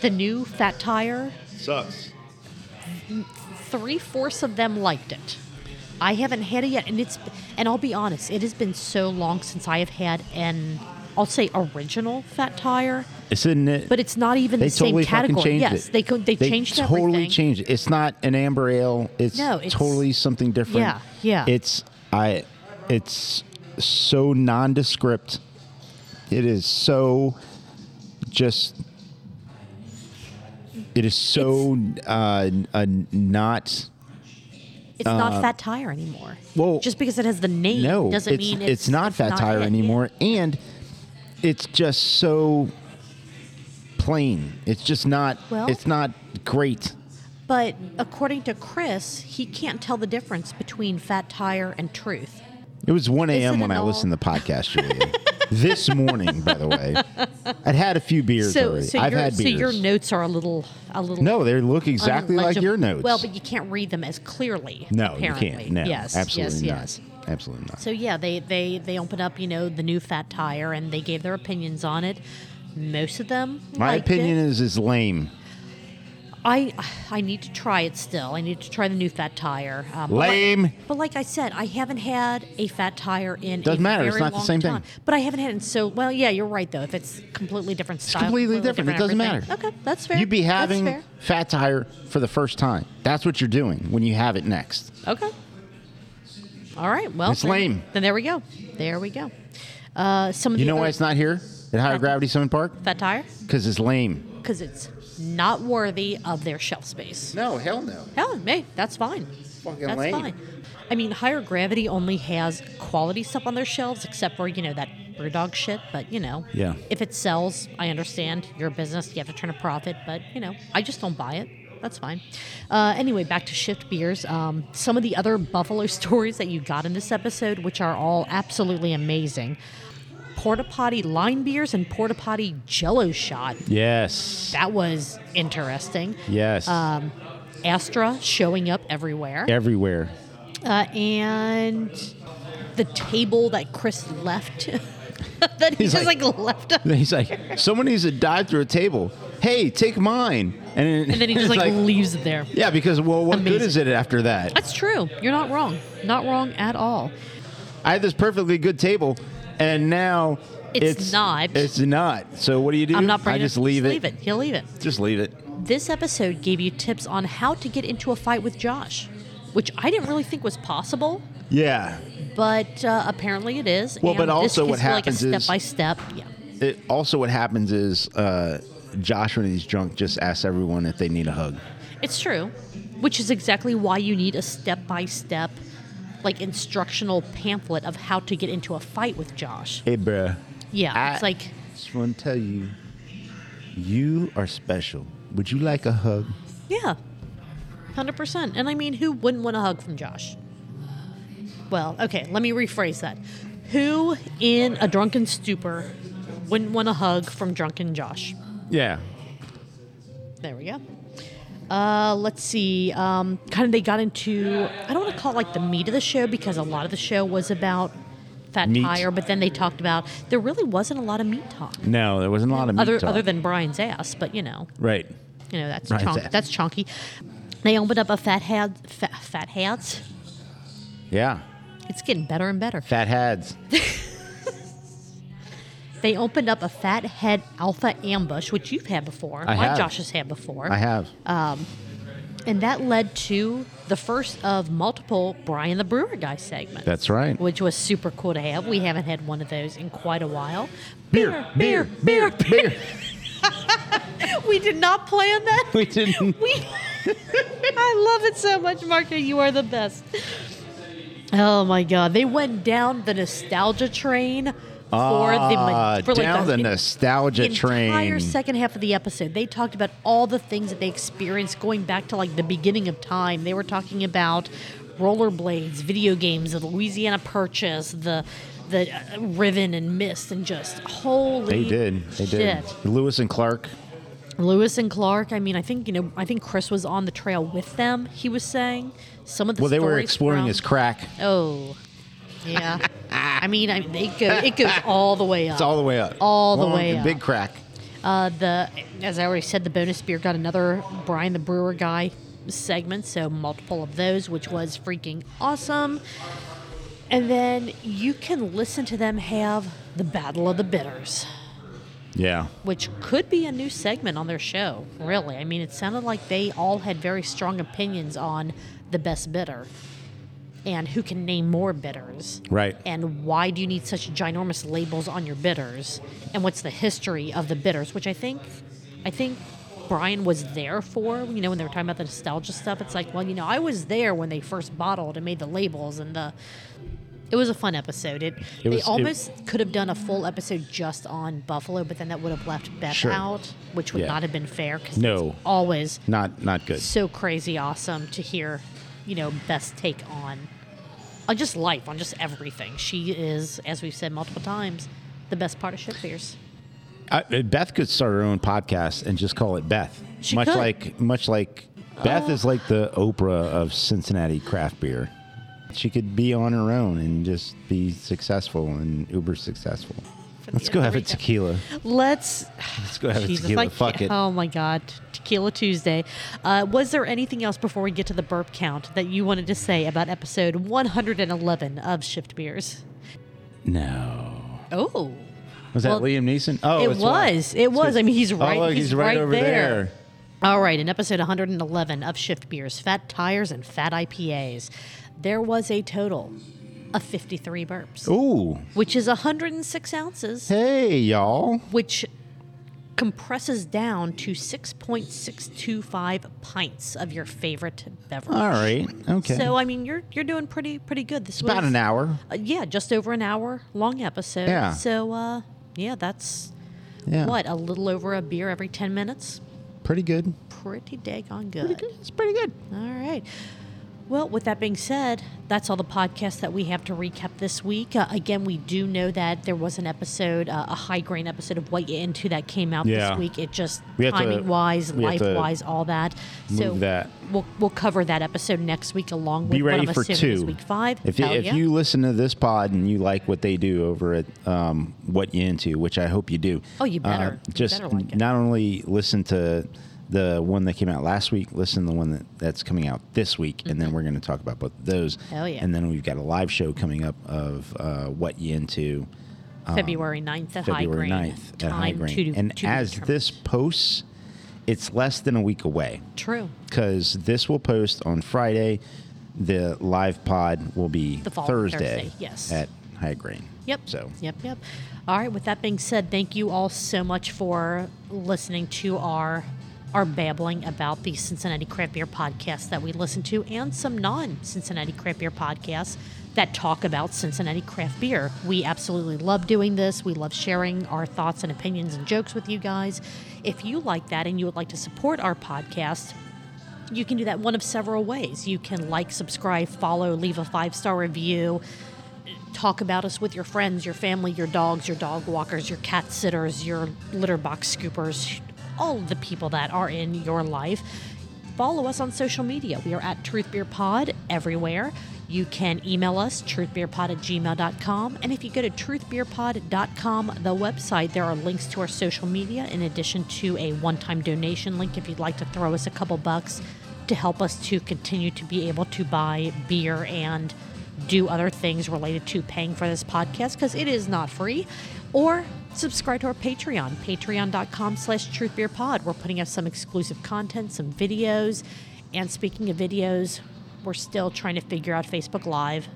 the new fat tire
Sucks.
three fourths of them liked it. I haven't had it yet, and it's and I'll be honest, it has been so long since I have had an I'll say original fat tire,
Isn't it?
but it's not even
they
the same
totally fucking
category.
changed
yes,
it.
they co- they, changed
totally
everything.
changed it. It's not an amber ale. It's,
No, it's-
totally something different.
Yeah, yeah.
It's I. It's so nondescript. It is so just. It is so uh, uh, not.
It's not fat tire anymore.
Uh, well,
just because it has the name
No,
doesn't
it's,
mean
it's, not fat tire
it, yeah.
anymore, and it's just so plain. It's just not.
Well-
it's not great.
But according to Chris, he can't tell the difference between fat tire and truth.
It was 1
Isn't
a.m. when
it
I
all-
listened to the podcast, Julia. this morning, by the way. I'd had a few beers
So,
already.
so,
I've
your,
had
so
beers.
your notes are a little a little
no, they look exactly like
unlegible.
your notes.
Well, but you can't read them as clearly.
no,
apparently.
you can't. No,
yes,
absolutely
yes,
not.
yes.
Absolutely not.
So yeah, they they they opened up, you know, the new fat tire, and they gave their opinions on it. Most of them.
My
liked
opinion
it.
is is lame.
I I need to try it still. I need to try the new fat tire. Um, but like-
Lame.
But like I said, I haven't had a fat tire in
Doesn't
a
matter, it's
very
not the
long
same
time.
thing.
But I haven't had it in so well. Yeah, you're right though. If it's completely different style,
completely different. It doesn't
everything.
matter.
Okay, that's fair.
You'd be
That's
having
fair.
fat tire for the first time. That's what you're doing when you have it next.
Okay. All right. Well,
It's
then-
lame.
Then there we go. There we go. Uh, some of
You
the
know
other-
why it's not here at Higher Gravity Summit Park?
fat tire
Because it's lame.
because it's not worthy of their shelf space.
No, hell no.
Hell, hey, that's fine.
Fucking
that's
lame.
fine. I mean, higher gravity only has quality stuff on their shelves, except for you know that BrewDog shit. But you know,
Yeah.
if it sells, I understand your business. You have to turn a profit, but you know, I just don't buy it. That's fine. Uh, anyway, back to shift beers. Um, some of the other Buffalo stories that you got in this episode, which are all absolutely amazing. Porta potty line beers and porta potty Jello shot.
Yes.
That was interesting.
Yes.
Um, Astra showing up everywhere.
Everywhere.
Uh, and the table that Chris left. that he
He's
just
like-
like, left.
And he's like, someone needs to dive through a table. Hey, take mine. And,
And then he just
it's
like, leaves it there.
yeah, because well, what good
Amazing.
is it after that?
That's true. You're not wrong. Not wrong at all.
I had this perfectly good table, and now
It's not.
It's not. So what do you do?
I'm not
I
bringing
just leave
just
it.
Leave it. He'll leave it.
Just leave it.
This episode gave you tips on how to get into a fight with Josh, which I didn't really think was possible,
Yeah.
but uh, apparently it is.
Well,
and
but
this
also what
gives you,
happens
like a
is-
step by step. Yeah.
It, also, what happens is uh, Josh, when he's drunk, just asks everyone if they need a hug.
It's true, which is exactly why you need a step by step, like instructional pamphlet of how to get into a fight with Josh.
Hey, bruh.
Yeah,
I
it's like
just want to tell you, you are special. Would you like a hug?
yeah, hundred percent. And I mean, who wouldn't want a hug from Josh? Well, okay, let me rephrase that. Who in a drunken stupor wouldn't want a hug from drunken Josh?
Yeah.
There we go. Uh, let's see. Um, kind of, they got into. I don't want to call it like the meat of the show because a lot of the show was about fat
Meat.
tire, but then they talked about there really wasn't a lot of meat talk,
No, there wasn't a lot of meat
other
talk.
other than Brian's ass. But you know,
right.
you know that's
Brian's
chonk,
ass.
that's chonky. They opened up a fat head, fat, fat heads.
Yeah,
It's getting better and better.
fat heads.
They opened up a fat head alpha ambush, which you've had before.
I
my
have.
Josh has had before.
I have.
Uh, And that led to the first of multiple Brian the Brewer Guy segments.
That's right.
Which was super cool to have. We haven't had one of those in quite a while.
beer.
We did not plan that.
We didn't.
We, I love it so much, Marco. You are the best. Oh my God! They went down the nostalgia train for
Ah,
the for like
down the
en-
nostalgia
Entire
train.
second half of the episode, they talked about all the things that they experienced going back to like the beginning of time. They were talking about rollerblades, video games, the Louisiana Purchase, the the uh, Riven and Mist, and just holy
They did. They did.
shit.
Lewis and Clark.
Lewis and Clark. I mean, I think you know. I think Chris was on the trail with them. He was saying some of the.
Well, they were
stories
exploring
from-
his crack.
Oh, yeah. I mean, I, they go. It goes all the way up.
It's all the way up.
All the
Long
way
and
up.
Big crack.
Uh, the as I already said, the bonus beer got another Brian the Brewer guy segment, so multiple of those, which was freaking awesome. And then you can listen to them have the Battle of the Bitters,
Yeah.
which could be a new segment on their show. Really, I mean, it sounded like they all had very strong opinions on the best bitter and who can name more bitters
Right.
and why do you need such ginormous labels on your bitters and what's the history of the bitters which i think i think brian was there for you know when they were talking about the nostalgia stuff it's like well you know i was there when they first bottled and made the labels and the it was a fun episode it,
It
they
was- it-
almost could have done a full episode just on buffalo but then that would have left beth
Sure.
out which would
Yeah.
not have been fair because
No.
always
Not not good.
so crazy awesome to hear, you know, best take on on just life, on just everything. She is, as we've said multiple times, the best part of ship beers.
I, Beth could start her own podcast and just call it Beth.
She
much
could. Oh.
like much like Beth is like the Oprah of Cincinnati craft beer. She could be on her own and just be successful and uber successful. Let's go have a tequila.
Let's
Let's go have a
Jesus,
tequila.
I
Fuck it.
can't- Oh my God, Tequila Tuesday. Uh, was there anything else before we get to the burp count that you wanted to say about episode 111 of Shift Beers?
No.
Oh,
Was that
Well,
Liam Neeson? Oh,
it
it's Wyatt.
was. It was. I mean, he's right-
Oh, look,
he's
he's, right,
right
over
there.
there.
All right, in episode 111 of Shift Beers, Fat Tires and Fat IPAs, there was a total of 53 burps,
Ooh.
which is 106 ounces,
Hey, y'all.
which compresses down to 6.625 pints of your favorite beverage.
All right. Okay.
So uh, I mean, you're you're doing pretty pretty good. This was
about an hour.
uh, yeah, just over an hour long episode.
Yeah.
So uh, yeah, that's
Yeah.
what a little over a beer every 10 minutes.
Pretty good.
Pretty daggone good.
It's pretty good.
All right. Well, with that being said, that's all the podcasts that we have to recap this week. Uh, again, we do know that there was an episode, uh, a high grain episode of What You Into that came out
Yeah.
this week. It just
We have to-
timing wise,
we have
life
to
wise, all that. so
move that.
we'll we'll cover that episode next week along with
Be ready
what I'm
for
assuming
two.
is week five.
If, you,
Hell
if
yeah.
you listen to this pod and you like what they do over at um, What You Into, which I hope you do. uh,
Oh, you better. You
just
better like it.
not only listen to the one that came out last week, listen to the one that, that's coming out this week, and then we're going to talk about both of those.
Mm-hmm. Hell yeah.
And then we've got a live show coming up of uh, What You Into.
February 9th at
um, February
High Grain.
9th
time
at High
To,
Grain. And
to be
as
determined.
this posts, it's less than a week away
True.
because this will post on Friday. The live pod will be
The following
Thursday,
Thursday, yes.
at High Grain.
Yep.
So
Yep. Yep. All right. With that being said, thank you all so much for listening to our our babbling about the Cincinnati Craft Beer podcast that we listen to, and some non-Cincinnati Craft Beer podcasts that talk about Cincinnati craft beer. We absolutely love doing this. We love sharing our thoughts and opinions and jokes with you guys. If you like that and you would like to support our podcast, you can do that one of several ways. You can like, subscribe, follow, leave a five star review, talk about us with your friends, your family, your dogs, your dog walkers, your cat sitters, your litter box scoopers, all of the people that are in your life. Follow us on social media. We are at Truth Beer Pod everywhere. You can email us, truthbeerpod at gmail.com. And if you go to truthbeerpod.com, the website, there are links to our social media in addition to a one time donation link if you'd like to throw us a couple bucks to help us to continue to be able to buy beer and do other things related to paying for this podcast because it is not free or subscribe to our patreon patreon.com slash truthbeerpod we're putting up some exclusive content some videos and speaking of videos we're still trying to figure out facebook live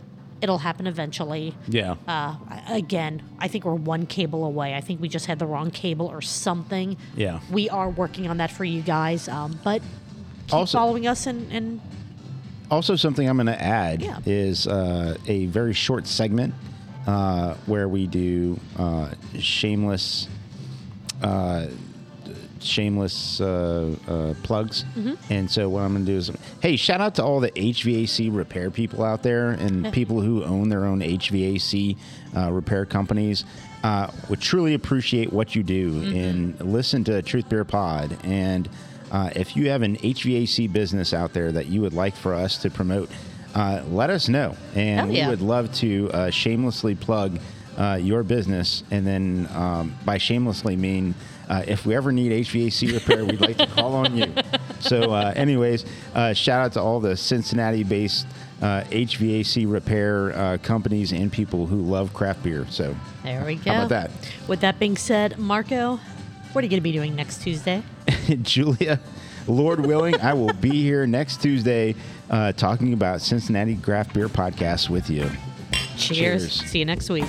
it'll happen eventually
Yeah.
uh, I- again i think we're one cable away i think we just had the wrong cable or something
Yeah.
we are working on that for you guys um, but keep
Also-
following us and, and
Also, something I'm going to add
Yeah.
is uh, a very short segment uh, where we do uh, shameless, uh, shameless uh, uh, plugs.
Mm-hmm.
And so, what I'm going to do is, hey, shout out to all the HVAC repair people out there and people who own their own HVAC uh, repair companies. Uh, would truly appreciate what you do
Mm-hmm.
and listen to Truth Beer Pod and. Uh, if you have an HVAC business out there that you would like for us to promote, uh, let us know. And
Hell yeah.
we would love to uh, shamelessly plug uh, your business. And then um, by shamelessly mean uh, if we ever need HVAC repair, we'd like to call on you. So, uh, anyways, uh, shout out to all the Cincinnati based uh, HVAC repair uh, companies and people who love craft beer. So,
There we go.
How about that?
With that being said, Marco, what are you going to be doing next Tuesday?
Julia, Lord willing, I will be here next Tuesday uh, talking about Cincinnati Craft Beer Podcast with you.
Cheers.
Cheers.
See you next week.